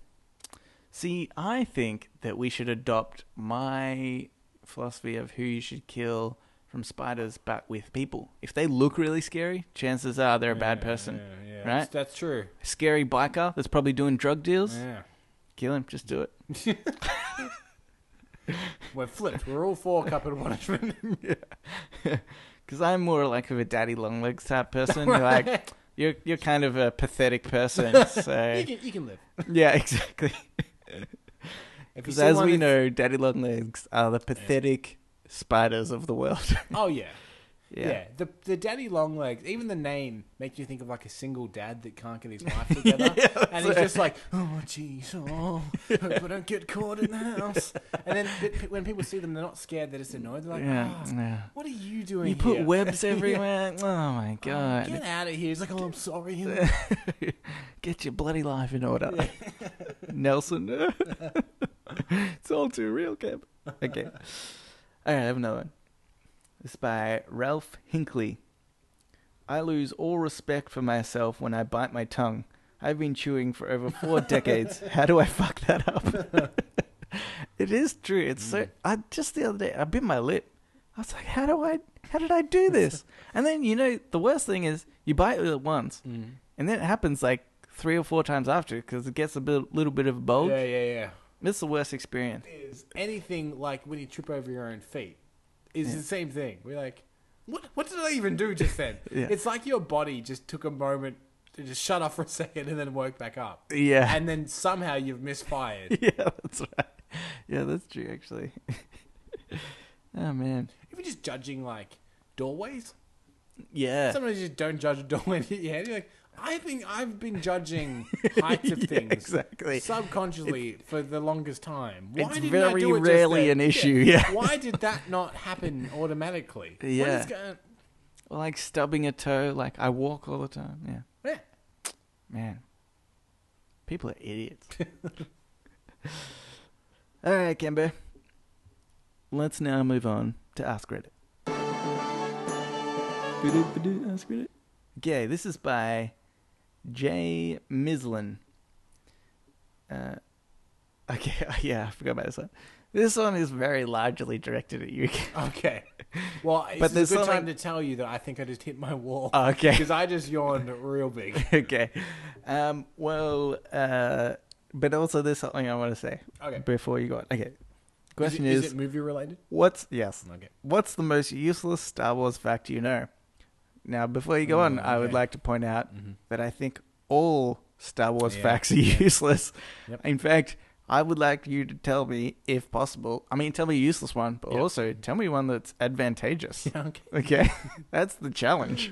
A: See, I think that we should adopt my philosophy of who you should kill from spiders, but with people. If they look really scary, chances are they're a bad person.
B: Yeah, yeah.
A: right?
B: That's, that's true.
A: Scary biker that's probably doing drug deals,
B: Yeah.
A: kill him. Just do it.
B: We're flipped. We're all for cup and punishment.
A: Because I'm more like of a daddy long legs type person. You're like you're you're kind of a pathetic person. So
B: you, can, you can live.
A: yeah, exactly.
B: If you
A: Because
B: see
A: as
B: one
A: we
B: that's-
A: know, daddy long legs are the pathetic spiders of the world.
B: Oh, yeah. Yeah.
A: yeah.
B: the the daddy long legs. Even the name makes you think of like a single dad that can't get his life together, and he's just like, oh jeez, oh, hope I don't get caught in the house. And then but when people see them, they're not scared; they're just annoyed. They're like,
A: Yeah.
B: "Ah,
A: yeah.
B: what are you doing?
A: You put
B: here?
A: webs everywhere. Oh my
B: Oh,
A: god!
B: Get out of here! He's like, oh, I'm sorry.
A: Get your bloody life in order, Nelson. it's all too real, Cap. Okay. All right, I have another one. It's by Ralph Hinkley. I lose all respect for myself when I bite my tongue. I've been chewing for over four decades. How do I fuck that up? it is true. It's so. I just the other day I bit my lip. I was like, how do I? How did I do this? and then you know the worst thing is you bite it once, and then it happens like three or four times after because it gets a bit, little bit of a bulge.
B: Yeah, yeah, yeah.
A: It's the worst experience.
B: Is anything like when you trip over your own feet is the same thing. We're like, what? What did I even do just then?
A: Yeah.
B: It's like your body just took a moment to just shut off for a second and then woke back up.
A: Yeah.
B: And then somehow you've misfired.
A: yeah, that's right. Yeah, that's true actually. oh man.
B: If you're just judging like doorways,
A: Yeah.
B: sometimes you just don't judge a doorway in your head. You're like, I think I've been judging heights of
A: Yeah,
B: things
A: exactly.
B: subconsciously for the longest time. Why
A: it's
B: didn't I
A: very
B: do it just
A: rarely
B: then?
A: an issue, yeah.
B: Why did that not happen automatically? What is
A: Yeah.
B: going-
A: Or, like stubbing a toe. Like I walk all the time. Yeah.
B: yeah.
A: Man, people are idiots. All right, Kimber. Let's now move on to Ask Reddit. Ba-do-ba-do, Ask Reddit. Okay, this is by Jay Mislin. Uh, okay, yeah, I forgot about this one. This one is very largely directed at you.
B: Okay. Well, it's
A: But
B: a good
A: there's something-
B: time to tell you that I think I just hit my wall
A: okay.
B: because I just yawned real big.
A: okay. Um, well, uh, but also there's something I want to say
B: Okay.
A: before you go on. Okay. Question
B: is,
A: is,
B: it- is it movie related?
A: what's yes?
B: Okay.
A: What's the most useless Star Wars fact you know? Now, before you go
B: Mm,
A: on, I would
B: okay. Mm-hmm.
A: like to point out that I think all Star Wars
B: Yeah,
A: facts are
B: yeah.
A: useless.
B: Yep.
A: In fact, I would like you to tell me, if possible, I mean, tell me a useless one, but
B: Yep.
A: also tell me one that's advantageous.
B: Yeah, okay.
A: Okay, that's the challenge.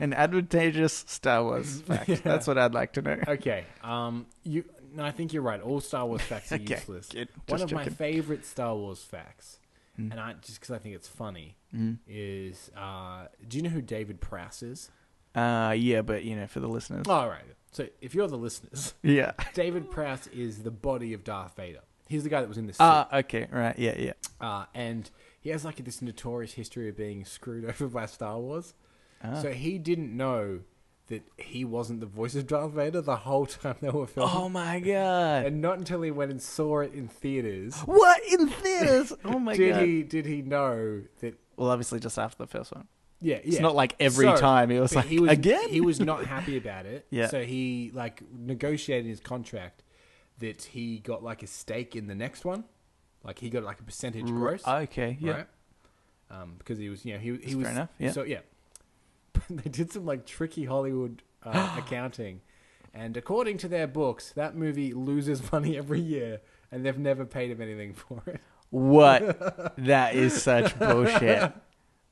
A: An advantageous Star Wars fact.
B: Yeah.
A: That's what I'd like to know.
B: Okay. Um, you. No, I think you're right. All Star Wars facts are
A: Okay,
B: useless.
A: good.
B: One
A: Just Mm-hmm.
B: of my
A: checking.
B: favorite Star Wars facts, and I just because I think it's funny,
A: Mm.
B: is uh, do you know who David Prowse is?
A: Uh, yeah, but you know, for the listeners,
B: All right. So if you're the listeners,
A: yeah.
B: David Prowse is the body of Darth Vader. He's the guy that was in the suit.
A: Ah, okay, right, yeah, yeah.
B: uh, and he has like this notorious history of being screwed over by Star Wars.
A: Ah.
B: So he didn't know that he wasn't the voice of Darth Vader the whole time they were filming,
A: Oh my god!
B: and not until he went and saw it in theaters
A: What in theaters? Oh my
B: did
A: god!
B: he did he know that.
A: Well, obviously, just after the first one.
B: Yeah,
A: It's
B: yeah.
A: not like every time he was
B: but
A: like, "Again?"
B: He was not happy about it.
A: Yeah.
B: So he like negotiated his contract that he got like a stake in the next one, like he got like a percentage gross.
A: Okay, yeah.
B: right? Um, because he was, you know, he, he
A: fair
B: was.
A: enough, yeah.
B: So yeah, they did some like tricky Hollywood uh, accounting, and according to their books, that movie loses money every year, and they've never paid him anything for it.
A: What? that is such bullshit.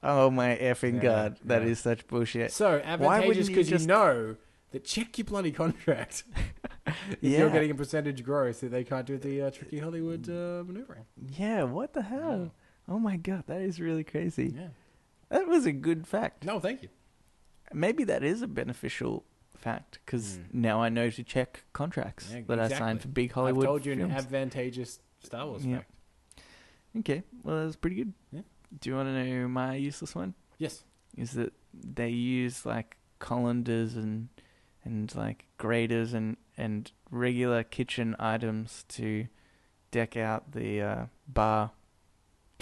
A: Oh my effing
B: Yeah,
A: god! That is
B: yeah.
A: such bullshit.
B: So advantageous
A: Eh, wouldn't you
B: because you,
A: just-
B: know that check your bloody contract. if
A: Yeah.
B: you're getting a percentage gross, that they can't do the uh, tricky Hollywood uh,
A: Mm.
B: maneuvering.
A: yeah. What the hell? Oh my god! That is really crazy.
B: Yeah.
A: That was a good fact.
B: No, thank you.
A: Maybe that is a beneficial fact because now I know to check contracts
B: Hmm. Yeah,
A: that I
B: exactly.
A: signed for big Hollywood
B: I've told you
A: films.
B: an advantageous Star Wars
A: Yeah.
B: fact.
A: okay, well that was pretty good.
B: Yeah.
A: Do you want to know my useless one?
B: Yes.
A: Is that they use like colanders and and like graters and and regular kitchen items to deck out the uh, bar.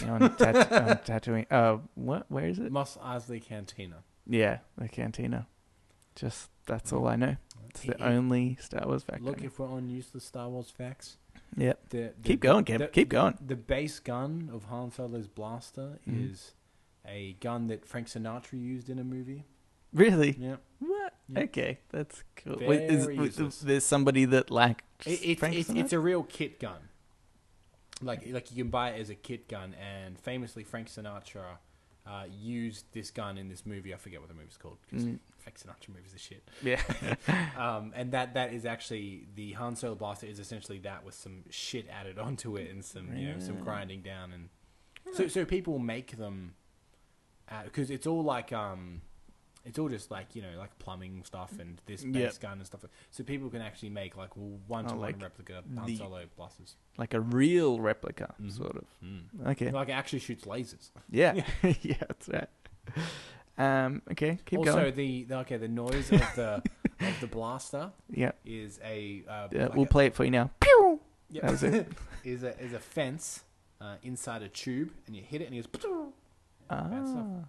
A: you know, on, tat- on tattooing. Uh, what? Where is it?
B: Moss Eisley Cantina.
A: Yeah, the cantina. Just that's all I know. It's the
B: If-
A: only Star Wars fact.
B: Look,
A: I know.
B: if we're on useless Star Wars facts,
A: yep.
B: the, the
A: Keep going, Kev.
B: the-
A: Keep going.
B: The base gun of Han Solo's blaster
A: Mhm.
B: is a gun that Frank Sinatra used in a movie.
A: Really?
B: Yeah,
A: What?
B: Yeah.
A: Okay, that's cool. Wait, is,
B: Very
A: w-
B: useless.
A: there's somebody that like
B: it, it's
A: Frank
B: it's,
A: Sinatra?
B: it's a real kit gun. Like like you can buy it as a kit gun, and famously Frank Sinatra uh, used this gun in this movie. I forget what the movie's called because
A: Mm.
B: Frank Sinatra movies are shit.
A: yeah.
B: Um, and that that is actually the Han Solo blaster is essentially that with some shit added onto it and some you know some grinding down and so so people make them because it's all like um it's all just like you know like plumbing stuff and this base
A: Yep.
B: gun and stuff so people can actually make like one to one
A: like
B: replica of Han
A: the-
B: Solo blasters Hmm.
A: like a real replica,
B: Mm-hmm.
A: sort of. Okay.
B: like it actually shoots lasers
A: Yeah. yeah, that's right. Um, okay, keep
B: also,
A: going.
B: the the- okay, the noise of the of the blaster
A: Yeah,
B: is a uh,
A: uh,
B: like
A: we'll
B: a-
A: play it for you now. Pew!
B: yep,
A: that was it.
B: is a is a fence uh, inside a tube, and you hit it, and it goes Bad stuff.
A: Ah,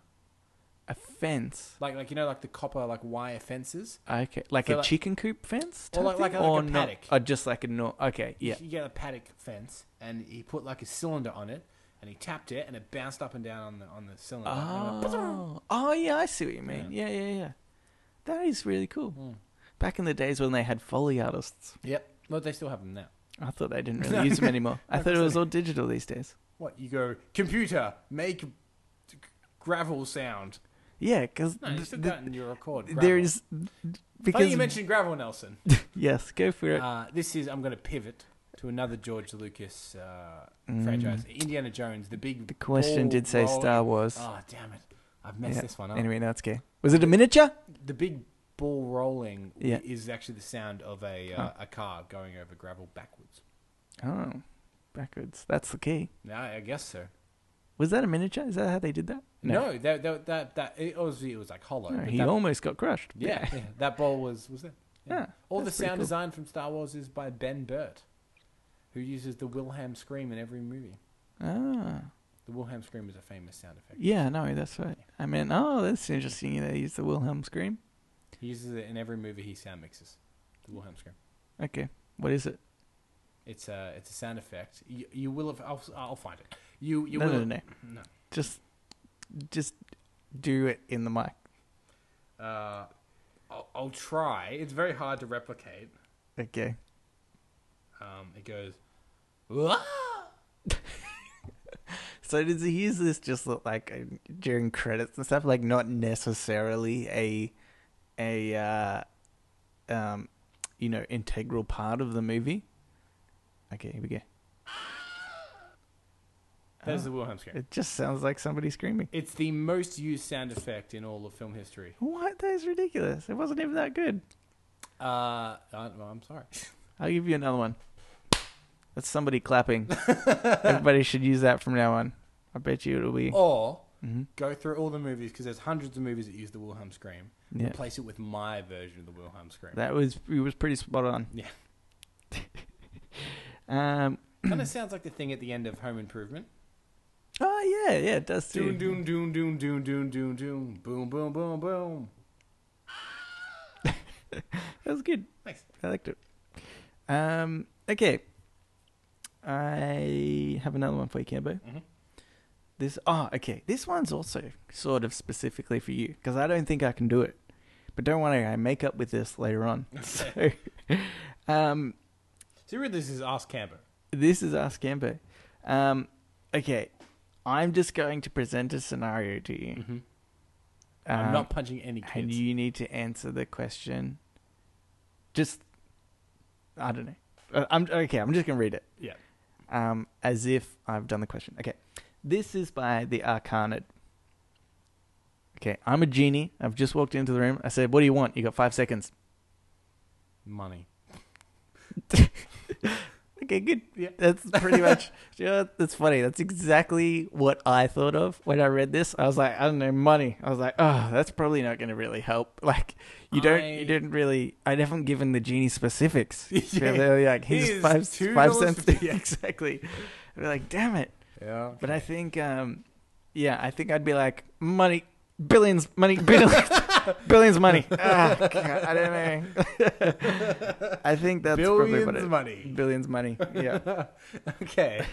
A: a fence.
B: like like you know like the copper like wire fences.
A: Okay, like
B: So
A: a
B: like-
A: chicken coop fence, type
B: Or like- like
A: thing?
B: a- like
A: or
B: a
A: not-
B: paddock.
A: or just like a no. Okay, yeah.
B: You get a paddock fence, and he put like a cylinder on it, and he tapped it, and it bounced up and down on the on the cylinder. and it went
A: Oh, oh yeah, I see what you mean. Yeah, yeah, yeah. That is really cool.
B: Mm.
A: Back in the days when they had foley artists,
B: Yep. Well, they still have them now.
A: I thought they didn't really use them anymore. I thought it was all digital these days.
B: What you go computer make g- gravel sound?
A: Yeah, because
B: No, you still got it in your record. Gravel.
A: there is
B: Funny
A: because
B: you mentioned gravel, Nelson.
A: yes, go for it.
B: Uh, this is I'm going to pivot to another George Lucas uh, franchise, Indiana Jones, the big.
A: Mm. the question
B: ball
A: did say
B: roll-
A: Star Wars.
B: Oh damn it! I've messed
A: Yeah,
B: this one up.
A: Anyway, that's okay. Was it a miniature?
B: The big ball rolling
A: Yeah.
B: is actually the sound of a uh, a car going over gravel backwards.
A: Oh, backwards. That's the key.
B: Yeah, I I guess so.
A: Was that a miniature? Is that how they did that?
B: No, that, that that that it was it was like hollow.
A: No,
B: but
A: he
B: that,
A: almost got crushed.
B: yeah, yeah, that ball was was there.
A: Yeah,
B: All the
A: that's pretty
B: sound
A: cool.
B: design from Star Wars is by Ben Burt, who uses the Wilhelm scream in every movie.
A: Ah.
B: The Wilhelm scream is a famous sound effect.
A: Yeah, no, that's right. I mean, oh, that's interesting. They use the Wilhelm scream.
B: He uses it in every movie he sound mixes. The Wilhelm scream.
A: Okay, what is it?
B: It's a it's a sound effect. You, you will have. I'll, I'll find it. You you
A: no,
B: will.
A: no, no,
B: no.
A: Just, just do it in the mic.
B: Uh, I'll, I'll try. It's very hard to replicate.
A: Okay.
B: Um, it goes. "Wah!"
A: So does he use this just look like uh, during credits and stuff? Like not necessarily a, a, uh, um, you know, integral part of the movie. Okay, here we go.
B: That is
A: Oh,
B: the Wilhelm scream.
A: it just sounds like somebody screaming.
B: It's the most used sound effect in all of film history.
A: What? That is ridiculous. It wasn't even that good.
B: Uh, I, well, I'm sorry.
A: I'll give you another one. That's somebody clapping. Everybody should use that from now on. I bet you it'll be.
B: Or
A: Mhm.
B: go through all the movies because there's hundreds of movies that use the Wilhelm scream.
A: Yeah.
B: Replace it with my version of the Wilhelm scream.
A: That was it was pretty spot on.
B: Yeah.
A: um.
B: kind of sounds like the thing at the end of Home Improvement.
A: Oh yeah, yeah, it does too.
B: Doom, doom, doom, doom, doom, doom, doom, doom. Boom, boom, boom, boom.
A: That was good.
B: Thanks.
A: I liked it. Um. Okay. I have another one for you, Cambo.
B: Mhm.
A: This. Oh, okay. This one's also sort of specifically for you because I don't think I can do it. But don't worry, I make up with this later on. so, um,
B: So really, this is Ask Camper.
A: This is Ask Camper. Um, okay, I'm just going to present a scenario to you.
B: Mm-hmm.
A: Um,
B: I'm not punching any
A: and
B: kids.
A: you need to answer the question. Just, I don't know. Uh, I'm okay. I'm just gonna read it.
B: Yeah.
A: Um, as if I've done the question. Okay, this is by the Arcanid. Okay, I'm a genie. I've just walked into the room. I said, "What do you want?" You got five seconds.
B: Money.
A: Okay, good.
B: Yeah.
A: That's pretty much. you know, that's funny. That's exactly what I thought of when I read this. I was like, I don't know, money. I was like, oh, that's probably not going to really help. Like, you don't,
B: I-
A: you didn't really. I haven't given the genie specifics. So
B: Yeah.
A: they're like,
B: He
A: he's
B: is
A: five,
B: two
A: five
B: dollars
A: cents.
B: fifty-
A: Yeah, exactly. I'd be like, damn it.
B: Yeah.
A: But I think, um, yeah, I think I'd be like, money, billions, money, billions, billions, money. Ah, God, I don't know. I think that's probably what
B: Billions
A: it.
B: money.
A: Billions money, yeah.
B: okay.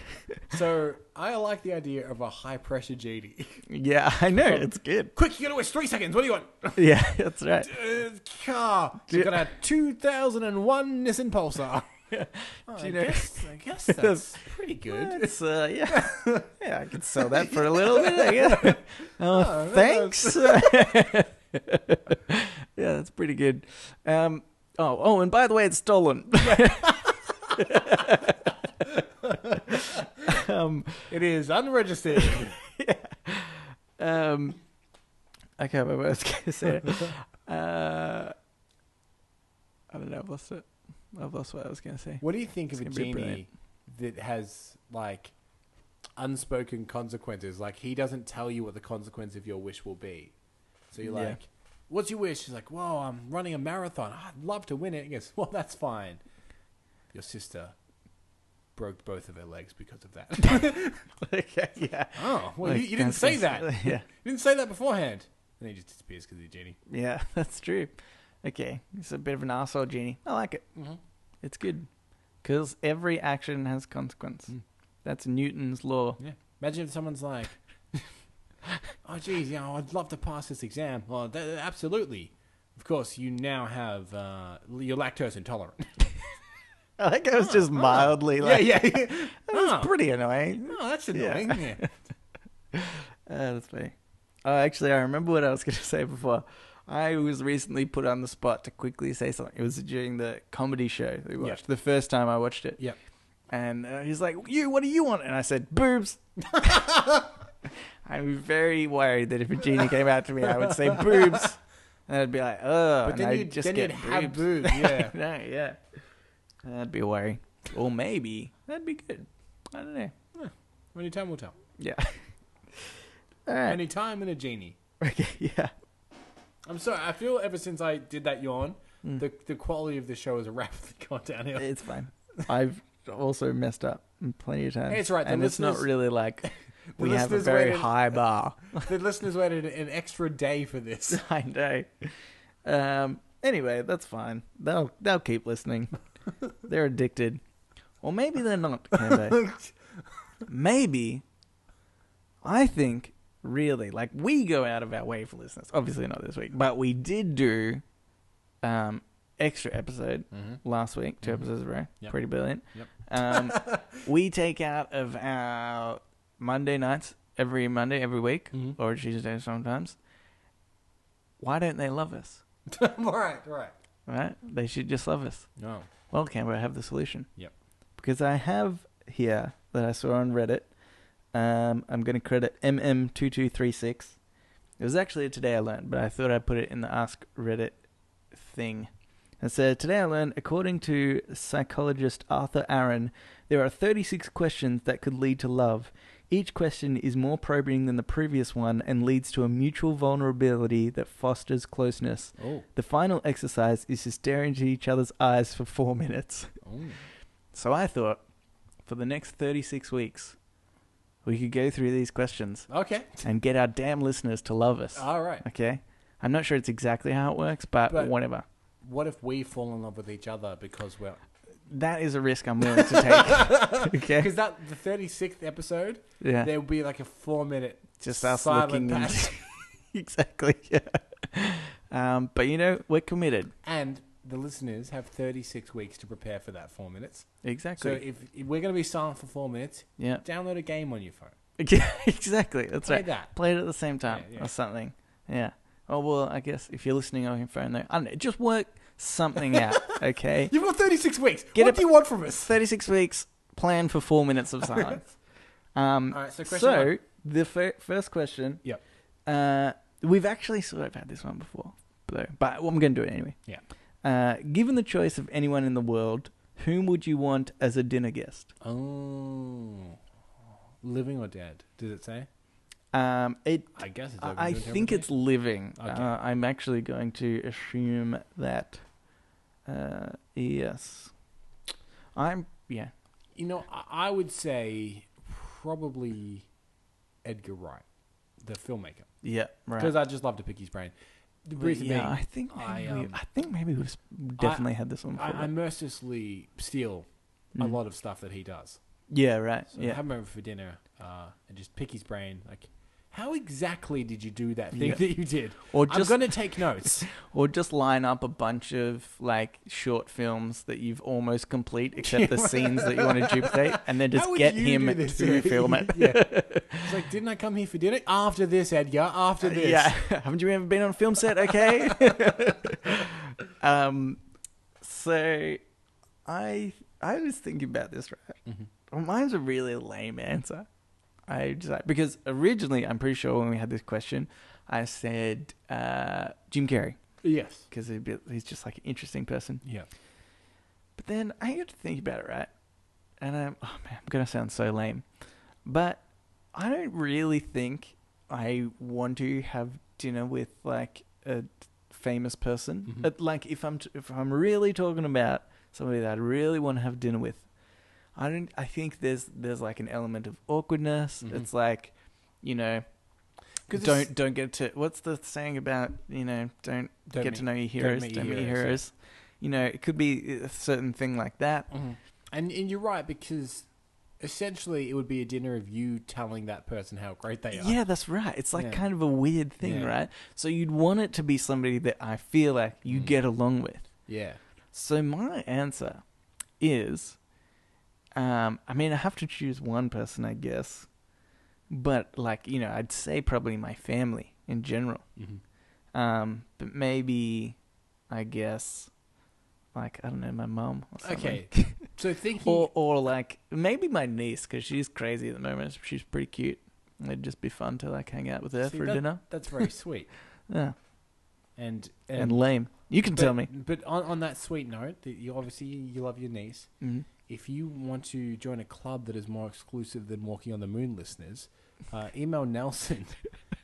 B: so I like the idea of a high pressure GD.
A: Yeah, I know. It's good.
B: Quick, you gotta waste three seconds. What do you want?
A: Yeah, that's right.
B: Uh, car. You got a 2001 Nissan Pulsar. Oh, I,
A: you know-
B: guess, I guess that's pretty good.
A: It's, uh, yeah. yeah, I could sell that for a little bit. I guess. Oh,
B: Oh,
A: thanks. yeah, that's pretty good. Um, oh, oh, and by the way, it's stolen. um,
B: It is unregistered.
A: um, I can't remember what I was going to say. Uh, I don't know. I've lost it. I've lost what I was going to say.
B: what do you think
A: It's
B: of a
A: gonna be
B: genie that has like unspoken consequences? Like he doesn't tell you what the consequence of your wish will be. So you're
A: Yeah.
B: like, "What's your wish?" She's like, "Whoa, I'm running a marathon. I'd love to win it." He goes, "Well, that's fine." Your sister broke both of her legs because of that.
A: okay, yeah.
B: oh, well, you,
A: Like,
B: you didn't
A: that's
B: say
A: just-
B: that.
A: Yeah,
B: You didn't say that beforehand. And he just disappears because he's a genie.
A: yeah, that's true. Okay, he's a bit of an asshole genie. I like it.
B: Mhm.
A: It's good because every action has consequence.
B: Mm.
A: That's Newton's law.
B: Imagine if someone's like, "Oh, geez, you know, I'd love to pass this exam." Well, th- absolutely. Of course, you now have uh, you're lactose intolerant.
A: I like it was just mildly like
B: yeah, yeah. oh,
A: pretty annoying.
B: oh, that's
A: Yeah.
B: annoying.
A: Uh,
B: Yeah.
A: that's funny. Oh, actually, I remember what I was going to say before. I was recently put on the spot to quickly say something. It was during the comedy show that we
B: Yeah.
A: watched, the first time I watched it.
B: Yep.
A: And uh, he's like, You, what do you want? And I said, Boobs. I'm very worried that if a genie came out to me, I would say boobs. And I'd be like, Oh,
B: But
A: and
B: then
A: I'd
B: you
A: just
B: then
A: get
B: you'd have
A: boobs.
B: boobs. Yeah.
A: no, yeah. That'd be a worry. Or maybe that'd be good. I don't know.
B: Only time will tell.
A: Yeah. All right.
B: Only time and a genie.
A: Okay, yeah.
B: I'm sorry. I feel ever since I did that yawn,
A: Mm.
B: the the quality of the show has rapidly gone downhill.
A: It's fine. I've also messed up plenty of times.
B: It's right, the
A: And it's not
B: listeners-
A: really like we have a
B: listeners
A: very
B: waited-
A: high bar.
B: the listeners waited an extra day for this.
A: I know. Um, anyway, that's fine. They'll they'll keep listening. they're addicted, or maybe they're not. Can they? maybe. I think really like we go out of our way for listeners. Obviously not this week, but we did do um extra episode
B: Mm-hmm.
A: last week, 2
B: Mhm.
A: episodes in a row.
B: Yep.
A: Pretty brilliant.
B: Yep.
A: Um, we take out of our Monday nights every Monday, every week,
B: Mhm.
A: or Tuesday sometimes. Why don't they love us?
B: all right, all right.
A: Right? They should just love us.
B: No.
A: Well, Canberra, I have the solution.
B: Yep.
A: Because I have here that I saw on Reddit. Um, I'm going to credit MM2236. It was actually today I learned, but I thought I'd put it in the Ask Reddit thing. And so today I learned, according to psychologist Arthur Aaron, there are 36 questions that could lead to love. Each question is more probing than the previous one and leads to a mutual vulnerability that fosters closeness.
B: Oh.
A: The final exercise is to stare into each other's eyes for four minutes.
B: oh.
A: So I thought, for the next 36 weeks, we could go through these questions
B: Okay.
A: and get our damn listeners to love us.
B: All right.
A: Okay? I'm not sure it's exactly how it works, Ah. but,
B: But-
A: whatever.
B: What if we fall in love with each other because we're
A: That is a risk I'm willing to take. okay?
B: because that the thirty sixth episode
A: Yeah.
B: there will be like a four minute
A: Eh. Just us
B: silent
A: looking in-
B: patch.
A: exactly. Yeah. Um, but you know, we're committed.
B: and the listeners have thirty six weeks to prepare for that four minutes. So
A: Exactly.
B: if, if we're gonna be silent for four minutes,
A: yeah.
B: download a game on your phone.
A: exactly. That's
B: Play
A: right.
B: that.
A: Play it at the same time
B: Yeah, yeah.
A: or something. Yeah. Oh well, I guess if you're listening on your phone, though, I don't know. Just work something out, okay?
B: You've got thirty six weeks.
A: Get
B: what
A: a-
B: do you want from us?
A: Thirty-six weeks. Plan for four minutes of silence. um,
B: All right. So
A: so
B: question one.
A: the fir- first question.
B: Yep.
A: Uh, we've actually sort of had this one before, though. But I'm going to do it anyway.
B: Yeah.
A: Uh, given the choice of anyone in the world, whom would you want as a dinner guest?
B: Oh, living or dead? Does it say?
A: Um, it
B: I guess it's.
A: I
B: open
A: I
B: to
A: think it's
B: interpretation.
A: living.
B: Okay.
A: Uh, I'm actually going to assume that. Uh, yes, I'm. Yeah,
B: You know, I I would say probably Edgar Wright, the filmmaker,
A: yeah,
B: because
A: right.
B: I just love to pick his brain. The
A: But
B: reason
A: yeah,
B: being,
A: I think maybe
B: I,
A: we-
B: um,
A: I think maybe we've s- definitely had this one before.
B: I, I mercilessly steal a lot of stuff that he does.
A: yeah, right.
B: So
A: Mm. yeah,
B: have him over for dinner uh, and just pick his brain. Like, how exactly did you do that thing
A: Yeah.
B: that you did?
A: or
B: I'm
A: just
B: going to take notes.
A: or just line up a bunch of like short films that you've almost complete, except the scenes that you want to duplicate, and then
B: How
A: just
B: would
A: get
B: you
A: him
B: do this?
A: to film it.
B: yeah. It's like, didn't I come here for dinner? After this, Edgar, after this.
A: Uh, Yeah, haven't you ever been on a film set? Okay. um, so I I was thinking about this right.
B: Mm-hmm.
A: Well, mine's a really lame answer. I just because originally I'm pretty sure when we had this question, I said uh, Jim Carrey
B: Yes.
A: because he's just like an interesting person.
B: Yeah.
A: But then I had to think about it, right? And I'm, oh man, I'm going to sound so lame. But I don't really think I want to have dinner with like a famous person,
B: Mhm.
A: But, like if I'm t- if I'm really talking about somebody that I really want to have dinner with, I don't. I think there's there's like an element of awkwardness.
B: Mhm.
A: It's like, you know,
B: 'Cause it's-
A: don't don't get to what's the saying about you know don't, get
B: Don't meet-
A: to know your
B: don't
A: heroes,
B: meet
A: don't meet
B: your
A: your
B: heroes, yeah.
A: heroes. You know, it could be a certain thing like that.
B: And and you're right because essentially it would be a dinner of you telling that person how great they are.
A: Yeah, that's right. It's like
B: Yeah.
A: kind of a weird thing,
B: Yeah.
A: right? So you'd want it to be somebody that I feel like you
B: Mm.
A: get along with.
B: Yeah.
A: So my answer is, um, I mean, I have to choose one person, I guess, but like you know, I'd say probably my family in general.
B: Mm-hmm.
A: Um, but maybe, I guess, like I don't know, my mum. Or something.
B: Okay. So thinking.
A: Or or like maybe my niece because she's crazy at the moment. She's pretty cute. It'd just be fun to like hang out with her
B: See,
A: for
B: that-
A: dinner.
B: that's very sweet.
A: Yeah,
B: And
A: and, lame. You can
B: but-
A: tell me.
B: But on, on that sweet note, that you obviously you love your niece.
A: Mhm.
B: If you want to join a club that is more exclusive than Walking on the Moon listeners, uh, email Nelson,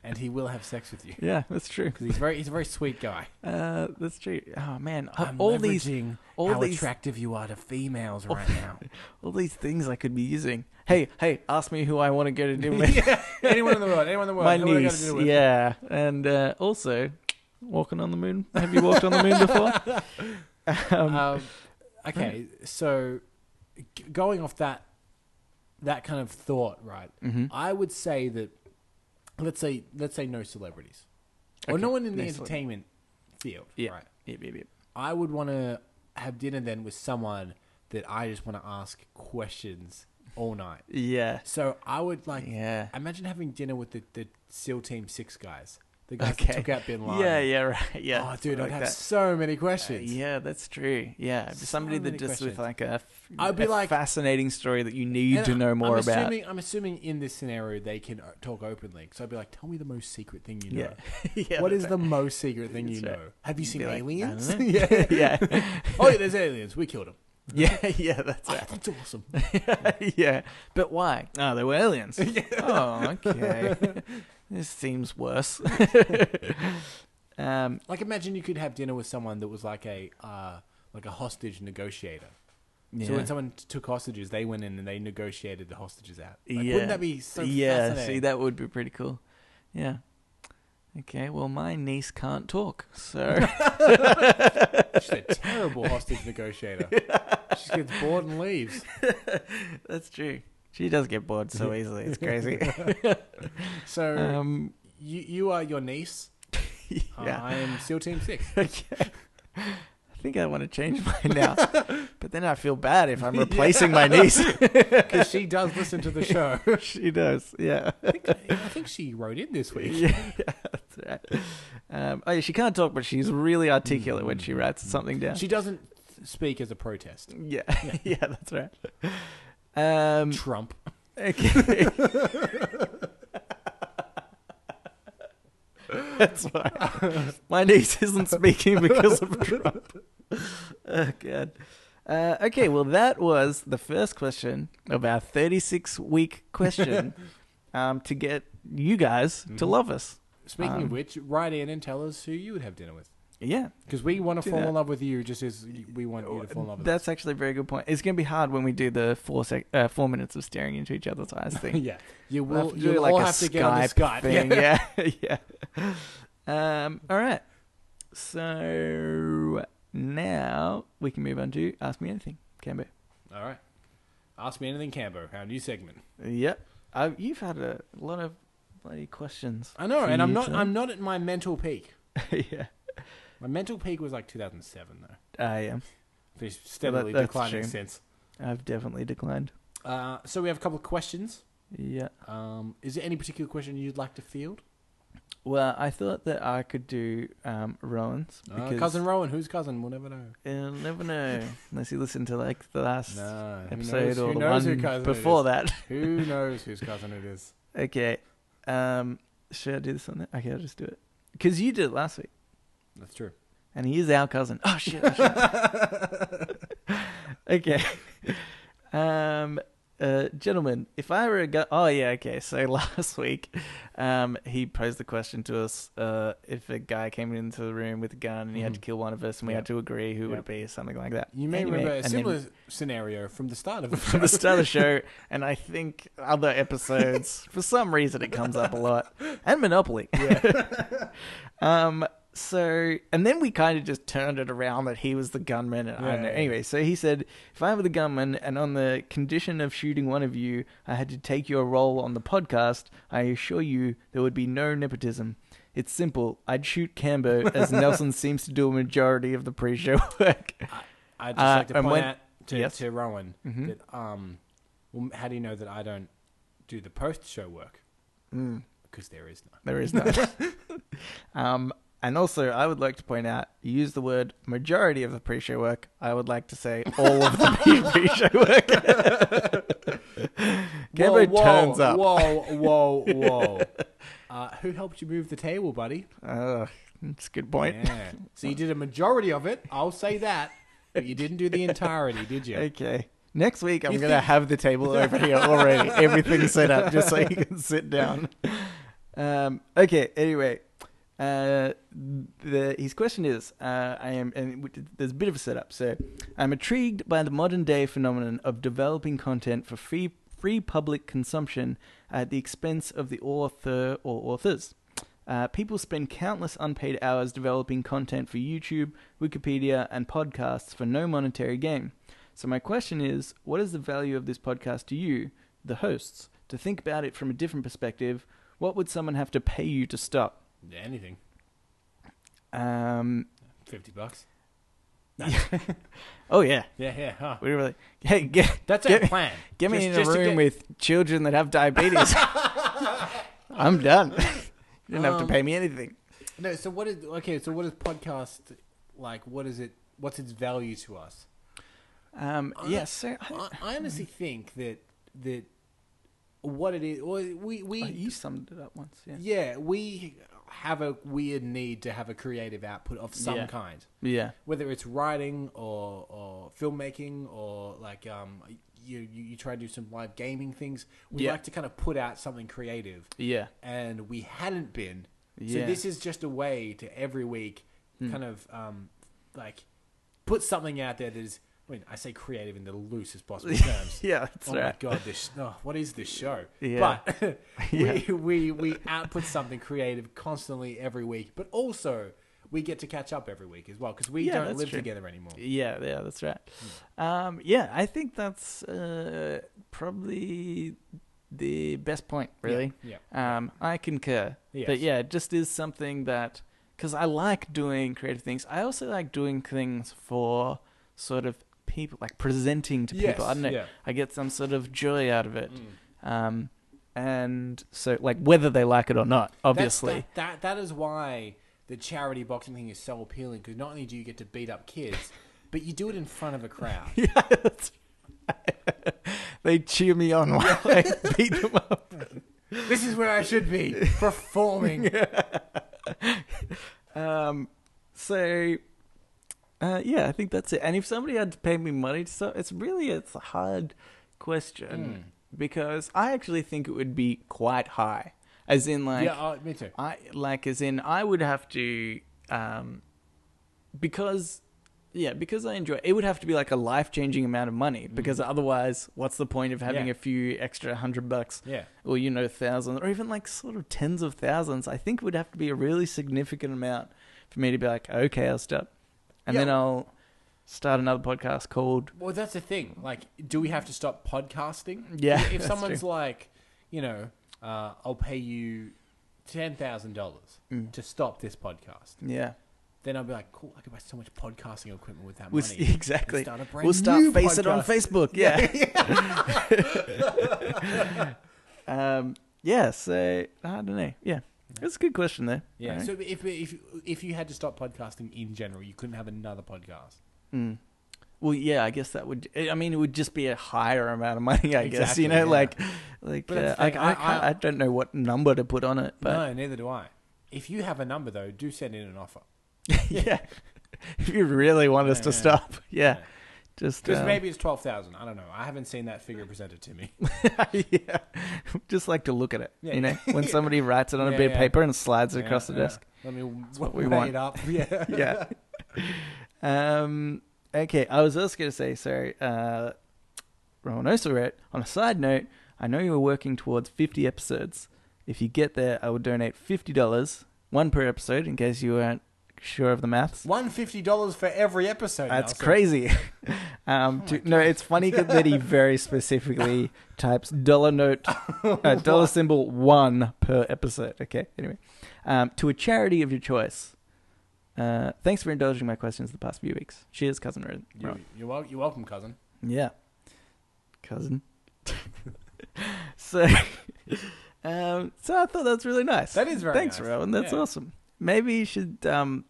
B: and he will have sex with you
A: Yeah, that's true.
B: because he's very he's a very sweet guy.
A: Uh, that's true. Oh man, I-
B: I'm
A: all these,
B: leveraging
A: all
B: how
A: these,
B: attractive you are to females right now.
A: all these things I could be using. Hey, hey, ask me who I want to go to dinner with.
B: yeah, anyone in the world, anyone in the world.
A: My
B: who would I go to
A: niece.
B: dinner with?
A: Yeah, and uh, also walking on the moon. Have you walked on the moon before? Um,
B: um, okay, so g- going off that that kind of thought, right?
A: Mhm.
B: I would say that let's say let's say no celebrities or
A: Okay,
B: no one in the
A: no celebrity.
B: entertainment field,
A: Yeah.
B: right?
A: Yep, yep, yep.
B: I would want to have dinner then with someone that I just want to ask questions all night.
A: Yeah,
B: So I would like
A: yeah.
B: imagine having dinner with the, the SEAL Team Six guys, the guys
A: Okay.
B: that took out Bin Laden.
A: Yeah, yeah, right. Yeah.
B: Oh, dude, I'd
A: like
B: have
A: that.
B: so many
A: Uh,
B: questions.
A: yeah, that's true. Yeah,
B: So
A: somebody that
B: many
A: just
B: questions.
A: with like a, f-
B: I'd be
A: a
B: like-
A: fascinating story that you need to know more
B: I'm
A: about.
B: Assuming, I'm assuming in this scenario they can uh, talk openly. So I'd be like, tell me the most secret thing you know.
A: yeah. yeah,
B: what
A: that's
B: is the most secret thing you
A: That's
B: know?
A: right.
B: Have you
A: You'd
B: seen
A: be like,
B: aliens?
A: "I don't know."
B: yeah.
A: yeah,
B: Oh, yeah, there's aliens. We killed them.
A: yeah, yeah. That's right.
B: That's awesome.
A: yeah, but why? Oh, they were aliens. Oh, okay. this seems worse. um,
B: Like, imagine you could have dinner with someone that was like a uh, like a hostage negotiator. So
A: yeah.
B: when someone t- took hostages, they went in and they negotiated the hostages out. Like,
A: Yeah.
B: Wouldn't that be so
A: yeah,
B: fascinating?
A: see, that would be pretty cool. Yeah. Okay, well, my niece can't talk, so
B: She's a terrible hostage negotiator. She gets bored and leaves.
A: that's true. She does get bored so easily. It's crazy.
B: So
A: um,
B: you you are your niece. Uh,
A: yeah.
B: I am SEAL Team Six.
A: okay. I think I want to change mine now, but then I feel bad if I'm replacing my niece.
B: because she does listen to the show.
A: she does, yeah.
B: I think, I think she wrote in this week.
A: yeah, that's right. Um, oh yeah, she can't talk, but she's really articulate when she writes something down.
B: Mm. She doesn't speak as a protest.
A: yeah, yeah, that's right. Um,
B: Trump.
A: okay. that's why my niece isn't speaking because of Trump. Oh god. Uh, okay, well that was the first question of our 36 week question um, to get you guys to
B: Mhm.
A: love us.
B: Speaking
A: Um,
B: of which, write in and tell us who you would have dinner with.
A: Yeah,
B: Because we want to
A: Do
B: fall
A: that.
B: in love with you just as we want you to fall in love with
A: That's actually a very good point. It's going to be hard when we do the four sec- uh, four minutes of staring into each other's eyes
B: us.
A: thing.
B: yeah. You
A: We'll
B: will,
A: have to do
B: you'll
A: like
B: all
A: a
B: have to get on the
A: Skype
B: Skype.
A: thing.
B: Yeah.
A: Yeah, yeah. Um, all right. So now we can move on to ask me anything, Cambo.
B: All right. Ask me anything, Cambo. Our new segment.
A: Yep. I, you've had a lot of bloody questions.
B: I know,
A: for
B: and I'm
A: you
B: not.
A: to-
B: I'm not at my mental peak.
A: yeah.
B: My mental peak was like 2007, though.
A: I am.
B: It's steadily
A: that's true.
B: declining since.
A: I've definitely declined.
B: Uh, so we have a couple of questions.
A: Yeah.
B: Um, is there any particular question you'd like to field?
A: Well, I thought that I could do um, Rowan's
B: Uh,
A: because
B: cousin Rowan, who's cousin? We'll never know.
A: You'll never know unless you listen to like the last
B: No, who
A: episode
B: knows-
A: or
B: who
A: the
B: knows who
A: one
B: cousin
A: before
B: it
A: that.
B: is? Who knows whose cousin it is?
A: Okay. Um, should I do this on that? Okay, I'll just do it. Because you did it last week.
B: That's true.
A: And he is our cousin. Oh, shit. I shouldn't. okay. Um, uh, gentlemen, if I were a guy, oh yeah, okay. So last week, um, he posed the question to us: uh, if a guy came into the room with a gun and he had to kill one of us, and we
B: Yeah.
A: had to agree who would
B: Yeah.
A: it be, something like that.
B: Mm-hmm. You may
A: Anyway,
B: remember
A: and
B: a
A: then
B: similar scenario from the start of the
A: from the start of the show, and I think other episodes. for some reason, it comes up a lot, and Monopoly. um. So, and then we kind of just turned it around that he was the gunman, and I don't know.
B: Yeah, yeah.
A: Anyway, so he said, "If I were the gunman, and on the condition of shooting one of you, I had to take your role on the podcast. I assure you, there would be no nepotism." It's simple. I'd shoot Cambo, as Nelson seems to do a majority of the pre-show work.
B: I'd just
A: Uh,
B: like to
A: and
B: point
A: when-
B: out to,
A: Yes. Mm-hmm.
B: to Rowan that, um, well, how do you know that I don't do the post show work? Hmm. Because there is none.
A: There is none. um, and also, I would like to point out, you use the word majority of the pre-show work. I would like to say all of the pre-show work. Gambo turns up.
B: Whoa, whoa, whoa. uh, who helped you move the table, buddy?
A: Ugh, that's a good point.
B: Yeah. So you did a majority of it. I'll say that. But you didn't do the entirety, did you?
A: Okay. Next week, I'm
B: You
A: going to
B: think-
A: have the table over here already. Everything's set up just so you can sit down. Um, okay, anyway. Uh, the, his question is uh, I am, and w- there's a bit of a setup. So I'm intrigued by the modern day phenomenon of developing content for free, free public consumption at the expense of the author or authors. Uh, people spend countless unpaid hours developing content for YouTube, Wikipedia, and podcasts for no monetary gain. So, my question is what is the value of this podcast to you, the hosts, to think about it from a different perspective? What would someone have to pay you to stop?
B: Yeah, Anything.
A: Um,
B: 50 bucks.
A: oh, yeah.
B: Yeah, yeah. Huh.
A: We really, hey, get,
B: That's our
A: get,
B: plan.
A: get me
B: Just-
A: in
B: just
A: a
B: to
A: room
B: get-
A: with children that have diabetes. I'm done. you don't have to
B: Um,
A: pay me anything.
B: No, so what is okay? So what is podcast like? What is it? What's its value to us?
A: Um,
B: I-
A: yeah, so I,
B: I, I honestly think that that what it is, well, we we
A: oh, you summed it up once. Yeah.
B: yeah, we have a weird need to have a creative output of some
A: Yeah.
B: kind,
A: Yeah.
B: whether it's writing or or filmmaking or like um you you, you try to do some live gaming things. We
A: Yeah.
B: like to kind of put out something creative
A: Yeah.
B: and we hadn't been. So
A: Yeah. Hmm.
B: this is just a way to every week kind of um, like put something out there that is. I mean, I say creative in the loosest possible terms.
A: Yeah, that's
B: oh
A: right.
B: my god, this oh, what is this show?
A: Yeah.
B: But we, we we output something creative constantly every week, but also we get to catch up every week as well because we
A: Yeah,
B: don't
A: that's
B: live
A: true.
B: together anymore.
A: Yeah, yeah, that's right. Um, yeah, I think that's uh, probably the best point, really.
B: Yeah.
A: Um, I concur. But
B: Yes.
A: yeah, it just is something that, because I like doing creative things, I also like doing things for sort of people, like presenting to
B: Yes,
A: people. I don't know.
B: yeah. Mm.
A: I get some sort of joy out of it. Um, and so, like, whether they like it or not,
B: That's-
A: obviously.
B: that, that that is why the charity boxing thing is so appealing because not only do you get to beat up kids, but you do it in front of a crowd.
A: Yeah, that's right. they cheer me on while I beat them up.
B: this is where I should be performing.
A: Um, so, uh, yeah, I think that's it. And if somebody had to pay me money to stop, it's really it's a hard question
B: Hmm.
A: because I actually think it would be quite high, as in like
B: yeah, uh, me too.
A: I like as in I would have to um because yeah, because I enjoy it would have to be like a life changing amount of money because otherwise what's the point of having
B: Hmm. Yeah.
A: a few extra hundred bucks
B: Yeah.
A: or you know thousands or even like sort of tens of thousands I think would have to be a really significant amount for me to be like okay I'll stop and
B: Yeah.
A: then I'll start another podcast called
B: Well, that's the thing. Like, do we have to stop podcasting?
A: Yeah,
B: If- If
A: that's
B: someone's
A: true.
B: like, you know, uh, I'll pay you ten thousand dollars
A: Mm.
B: to stop this podcast,
A: yeah
B: then I'll be like, cool. I could buy so much podcasting equipment with that
A: We'll
B: money.
A: s- exactly.
B: And Start a brand
A: We'll start
B: new
A: face it on
B: podcast.
A: Facebook. Yeah. um. Yeah. So I don't know. Yeah, that's a good question there.
B: Yeah.
A: Alright.
B: So if if if you had to stop podcasting in general, you couldn't have another podcast.
A: Mm. Well, yeah. I guess that would. I mean, it would just be a higher amount of money. I guess you
B: Exactly,
A: know,
B: yeah.
A: like, like
B: But that's
A: uh,
B: the
A: I, I,
B: thing, I-
A: can't, I,
B: I-
A: don't know what number to put on it, but
B: no, neither do I. If you have a number though, do send in an offer.
A: yeah. If you really want us
B: Yeah,
A: to
B: yeah.
A: stop, yeah.
B: Yeah.
A: Just,
B: Because
A: um,
B: maybe it's 12,000. I don't know. I haven't seen that figure presented to me.
A: yeah. Just like to look at it.
B: Yeah.
A: You know, when somebody writes it on a
B: Yeah,
A: bit of
B: yeah.
A: paper and slides it
B: Yeah,
A: across the
B: yeah.
A: desk.
B: Let me
A: what we
B: weigh
A: want.
B: it up. Yeah.
A: Yeah. um, okay, I was also going to say, so, uh, Rowan Osaret, on a side note, I know you were working towards 50 episodes. If you get there, I will donate $50, one per episode, in case you weren't sure of the maths.
B: $150 for every episode.
A: That's
B: Nelson.
A: crazy. um, to- no, it's funny that he very specifically types dollar note, uh, dollar symbol one per episode. Okay, anyway, um, to a charity of your choice. Uh, thanks for indulging my questions the past few weeks. Cheers, cousin Ro-
B: You,
A: Rowan.
B: you're, wel- you're welcome, cousin.
A: Yeah, cousin. so, um, so I thought that's really nice.
B: That is very
A: Thanks,
B: nice.
A: Rowan. That's
B: Yeah.
A: awesome. Maybe you should um,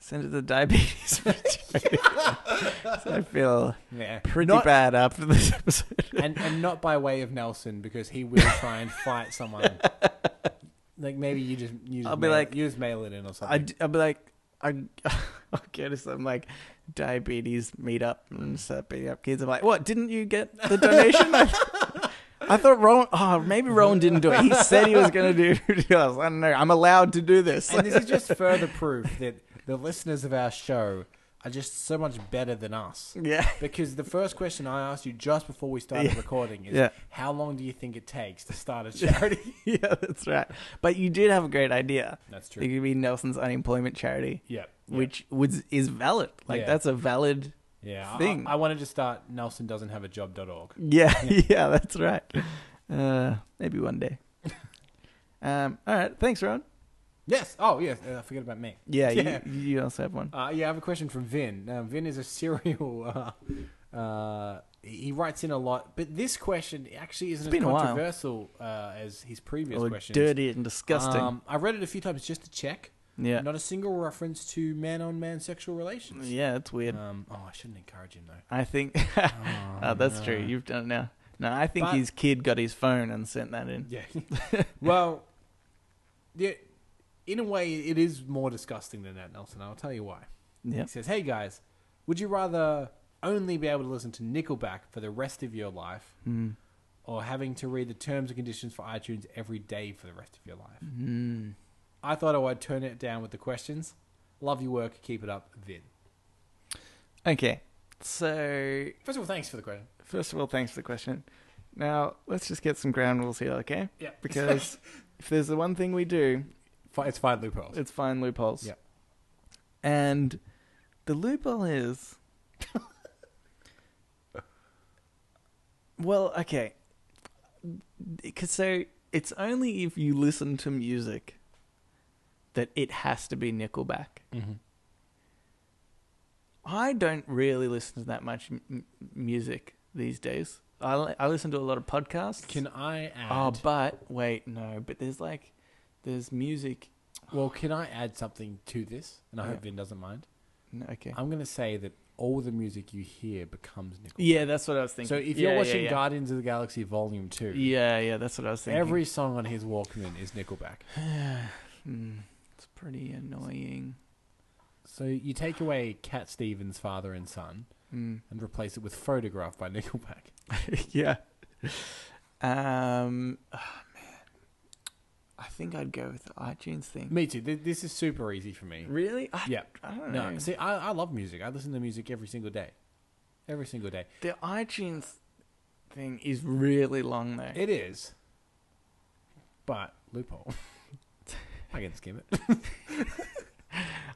A: send it to diabetes. I feel
B: Yeah.
A: pretty
B: Not-
A: bad after this episode.
B: and, and not by way of Nelson because he will try and fight someone. Like maybe you just you just
A: I'll be
B: mail,
A: like-
B: you just mail it in or
A: I
B: something.
A: d- I'll be like, I, I'll go to some like diabetes meetup and start beating up kids. I'm like, what? Didn't you get the donation? I, I thought Rowan. Oh, maybe Rowan didn't do it. He said he was going to do. I don't know. I'm allowed to do this.
B: and this is just further proof that the listeners of our show are just so much better than us.
A: yeah.
B: Because the first question I asked you just before we started recording is
A: Yeah.
B: how long do you think it takes to start a charity?
A: Yeah, that's right. But you did have a great idea.
B: That's true.
A: It could be Nelson's unemployment charity,
B: yeah.
A: which was is valid. Like
B: Yeah.
A: that's a valid
B: yeah. I-
A: thing.
B: I, I wanted to start Nelson doesn't have a job.org.
A: Yeah, yeah, that's right. Uh, maybe one day. um, all right, thanks, Ron.
B: Yes. Oh, yes. Uh, I forget about me.
A: Yeah,
B: Yeah.
A: You, you also have one.
B: Uh, yeah, I have a question from Vin. Now, Vin is a serial. Uh, uh, he writes in a lot, but this question actually isn't
A: been
B: as
A: a while.
B: controversial uh, as his previous
A: Or
B: questions.
A: dirty and disgusting.
B: Um, I read it a few times just to check.
A: yeah,
B: Not a single reference to man-on-man sexual relations.
A: yeah, it's weird.
B: Um, oh, I shouldn't encourage him though.
A: I think oh, that's true. You've done it now. No, I think
B: But-
A: his kid got his phone and sent that in.
B: Yeah. well, yeah, in a way, it is more disgusting than that, Nelson. I'll tell you why.
A: Yeah,
B: He says, "Hey guys, would you rather only be able to listen to Nickelback for the rest of your life, or having to read the terms and conditions for iTunes every day for the rest of your life?"
A: Mm-hmm.
B: I thought I would turn it down with the questions. Love your work. Keep it up, Vin.
A: Okay, so
B: First of all, thanks for the question.
A: first of all, thanks for the question. Now let's just get some ground rules here, okay?
B: Yeah.
A: Because if there's the one thing we do,
B: Fi- It's fine loopholes.
A: It's fine loopholes.
B: Yep.
A: And the loophole is Well, okay. Cause so it's only if you listen to music that it has to be Nickelback.
B: Mhm.
A: I don't really listen to that much m- m- music these days. I, li- I listen to a lot of podcasts.
B: Can I add?
A: oh, but wait, no. But there's like, there's music.
B: well, can I add something to this? And I
A: Yeah.
B: hope Vin doesn't mind.
A: No, okay.
B: I'm going to say that all the music you hear becomes Nickelback.
A: Yeah, that's what I was thinking.
B: So if
A: Yeah,
B: you're
A: yeah,
B: watching
A: yeah.
B: Guardians of the Galaxy Volume Two,
A: yeah, yeah, that's what I was thinking.
B: Every song on his Walkman is Nickelback.
A: Hmm, it's pretty annoying.
B: So you take away Cat Stevens' Father and Son
A: Hmm.
B: and replace it with Photograph by Nickelback.
A: yeah. Um, oh, man, I think I'd go with the iTunes thing.
B: Me too. Th- This is super easy for me.
A: Really? I,
B: Yeah.
A: I don't know.
B: No, see, I, I love music. I listen to music every single day. Every single day.
A: the iTunes thing is really long though.
B: It is. But, loophole. I can skim it.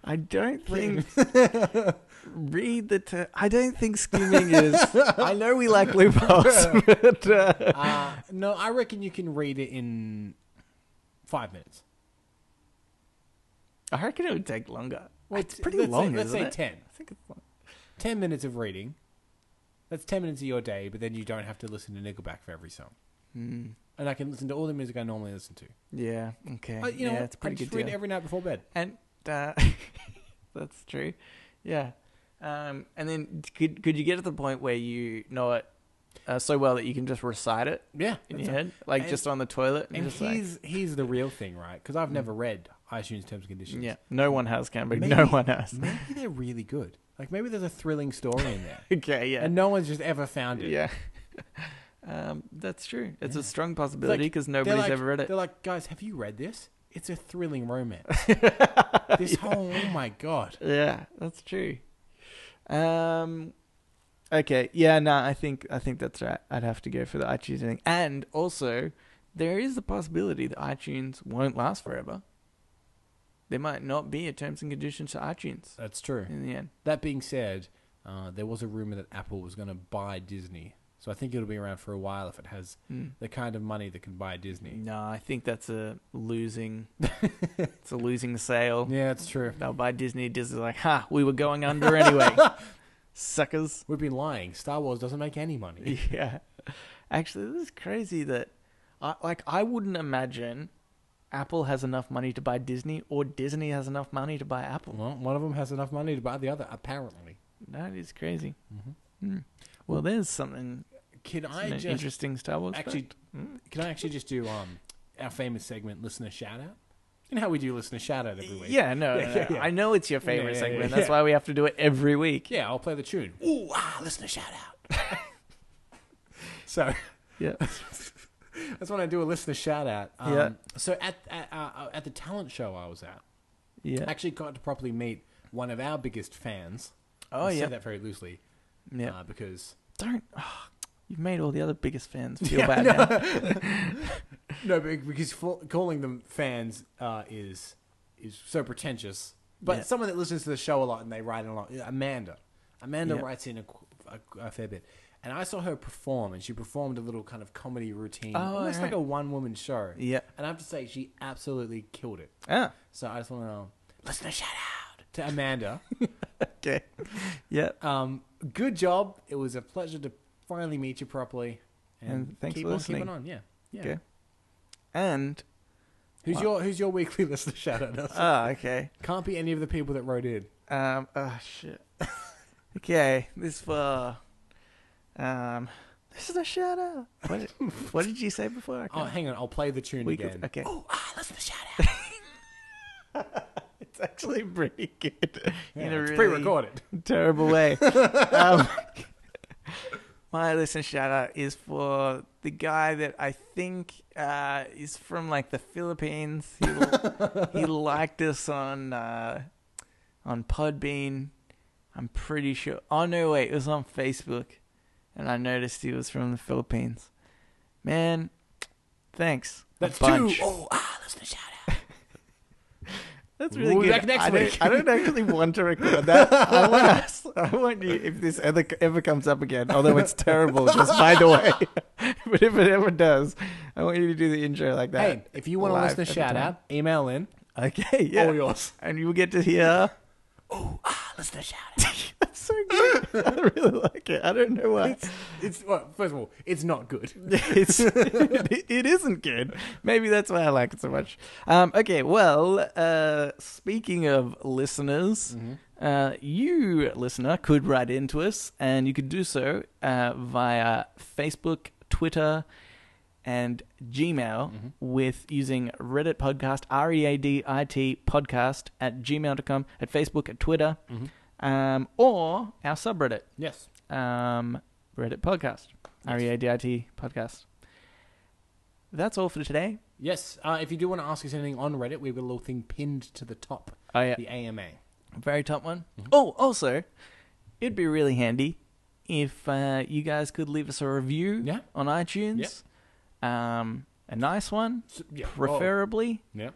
A: I don't think read the. Ter- I don't think skimming is. I know we like loopholes, but uh,
B: Uh, no, I reckon you can read it in five minutes.
A: I reckon it would take longer.
B: Well,
A: it's
B: t-
A: pretty
B: let's say-
A: long.
B: let's
A: isn't
B: say
A: it?
B: 10.
A: I think it's long.
B: 10 minutes of reading. That's 10 minutes of your day, but then you don't have to listen to Nickelback for every song. And I can listen to all the music I normally listen to.
A: Hmm. Yeah. Okay.
B: I, Uh, you
A: yeah,
B: know,
A: it's a pretty
B: I just
A: good
B: read
A: deal.
B: every night before bed.
A: and uh, that's true. Yeah. Um, and then could could you get to the point where you know it uh, so well that you can just recite it
B: Yeah.
A: in
B: that's
A: your
B: it.
A: head, like
B: And-
A: just on the toilet?
B: And
A: just like, Mm.
B: he's, he's the real thing, right? Because I've never read iTunes terms and conditions.
A: Yeah, no one has Canberg.
B: Maybe-
A: No one has.
B: Maybe they're really good. Like maybe there's a thrilling story in there,
A: Okay, yeah,
B: and no one's just ever found it.
A: yeah. um, that's true. It's
B: Yeah.
A: a strong possibility because
B: They're
A: nobody's
B: like-
A: ever read it.
B: They're like, guys, have you read this? It's a thrilling romance. this whole, oh my god.
A: Yeah, that's true. Um, okay, yeah, no, I think I think that's right. I'd have to go for the iTunes thing, and also there is the possibility that iTunes won't last forever. There might not be a terms and conditions to iTunes
B: That's true.
A: in the end.
B: That being said, uh, there was a rumor that Apple was going to buy Disney, so I think it'll be around for a while if it has
A: Mm.
B: the kind of money that can buy Disney.
A: No, I think that's a losing. it's a losing sale.
B: Yeah, that's true.
A: They'll buy Disney. Disney's like, ha, we were going under anyway, suckers.
B: We've been lying. Star Wars doesn't make any money.
A: yeah. Actually, this is crazy that I like I wouldn't imagine Apple has enough money to buy Disney or Disney has enough money to buy Apple.
B: Well, one of them has enough money to buy the other, apparently.
A: That is crazy.
B: Mhm.
A: Hmm. Well, there's something
B: Can
A: isn't
B: I
A: it
B: just
A: interesting Star Wars.
B: actually
A: fact? Hmm.
B: Can I actually just do um our famous segment, listener shout out? You know how we do listener shout out every week.
A: yeah, no, no, no.
B: yeah, yeah.
A: I know it's your favorite
B: yeah,
A: segment.
B: yeah,
A: That's
B: yeah.
A: why we have to do it every week.
B: yeah. I'll play the tune. Ooh, ah, listener shout out. so
A: Yeah,
B: that's when I do a listener shout out. Um,
A: Yeah.
B: So at at, uh, at the talent show I was at,
A: yeah.
B: actually got to properly meet one of our biggest fans.
A: Oh
B: I say
A: yeah,
B: that very loosely.
A: yeah.
B: Uh, because
A: Don't. ah, you've made all the other biggest fans feel
B: Yeah, I
A: bad. Now.
B: no, be- because fa- calling them fans uh, is is so pretentious. But
A: Yeah.
B: someone that listens to the show a lot and they write in a lot, Amanda. Amanda
A: Yeah.
B: writes in a, qu- a- a fair bit, and I saw her perform, and she performed a little kind of comedy routine,
A: Oh,
B: almost like
A: alright.
B: a one woman show.
A: Yeah.
B: And I have to say, she absolutely killed it.
A: Ah,
B: So I just want to listen a shout out to Amanda.
A: okay. Yeah.
B: um, good job. It was a pleasure to finally meet you properly. And,
A: And thanks
B: keep
A: for
B: on
A: listening.
B: keeping on. Yeah. Yeah.
A: Okay. And
B: Who's
A: Wow.
B: your Who's your weekly listener shout out? Nelson?
A: ah, okay.
B: Can't be any of the people that wrote in.
A: Um. Oh shit. okay. This for. Um. This is a shout out. What did, what did you say before? I
B: Oh,
A: can't-
B: hang on, I'll play the tune
A: we
B: again.
A: could- okay.
B: Oh, ah, listener shout out.
A: It's actually pretty good.
B: yeah,
A: in a
B: it's
A: really
B: pre-recorded.
A: terrible way. um, my listen shout out is for the guy that I think uh, is from like the Philippines. He, he liked us on uh, on Podbean. I'm pretty sure. Oh no, wait, it was on Facebook, and I noticed he was from the Philippines. Man, thanks. a
B: That's two.
A: bunch.
B: Oh, ah, listener shout out.
A: That's
B: We'll
A: really
B: be
A: good.
B: back next
A: I
B: week.
A: Don't, I don't actually want to record that. I want, us- I want you if this ever, ever comes up again. Although it's terrible, just by the way. but if it ever does, I want you to do the intro like that.
B: Hey, if you want to
A: live
B: listen
A: every
B: shout
A: time.
B: out, email in.
A: okay, yeah,
B: All yours.
A: and you will get to hear.
B: Ah, listener shout out.
A: That's so good. I really like it. I don't know why.
B: it's it's well, first of all, it's not good.
A: it's it, it isn't good. Maybe that's why I like it so much. Um, okay, well, uh, speaking of listeners,
B: Mm-hmm.
A: uh, you listener could write into us, and you could do so uh, via Facebook, Twitter, and Gmail
B: Mm-hmm.
A: with using Reddit podcast R E A D I T podcast at gmail.com at Facebook at Twitter, um, or our subreddit
B: Yes.
A: um, Reddit podcast, R E A D I T podcast. That's all for today.
B: Yes. Uh, if you do want to ask us anything on Reddit, we've got a little thing pinned to the top.
A: Oh yeah,
B: The AMA.
A: very top one. Oh, also, it'd be really handy if uh, you guys could leave us a review
B: Yeah.
A: on iTunes, um, a nice one,
B: So, yeah.
A: preferably,
B: Oh, yep.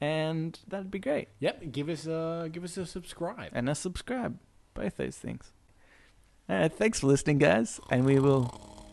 A: and that'd be great.
B: Yep. Give us a give us a subscribe.
A: And a subscribe, both those things. Uh, thanks for listening, guys, and we will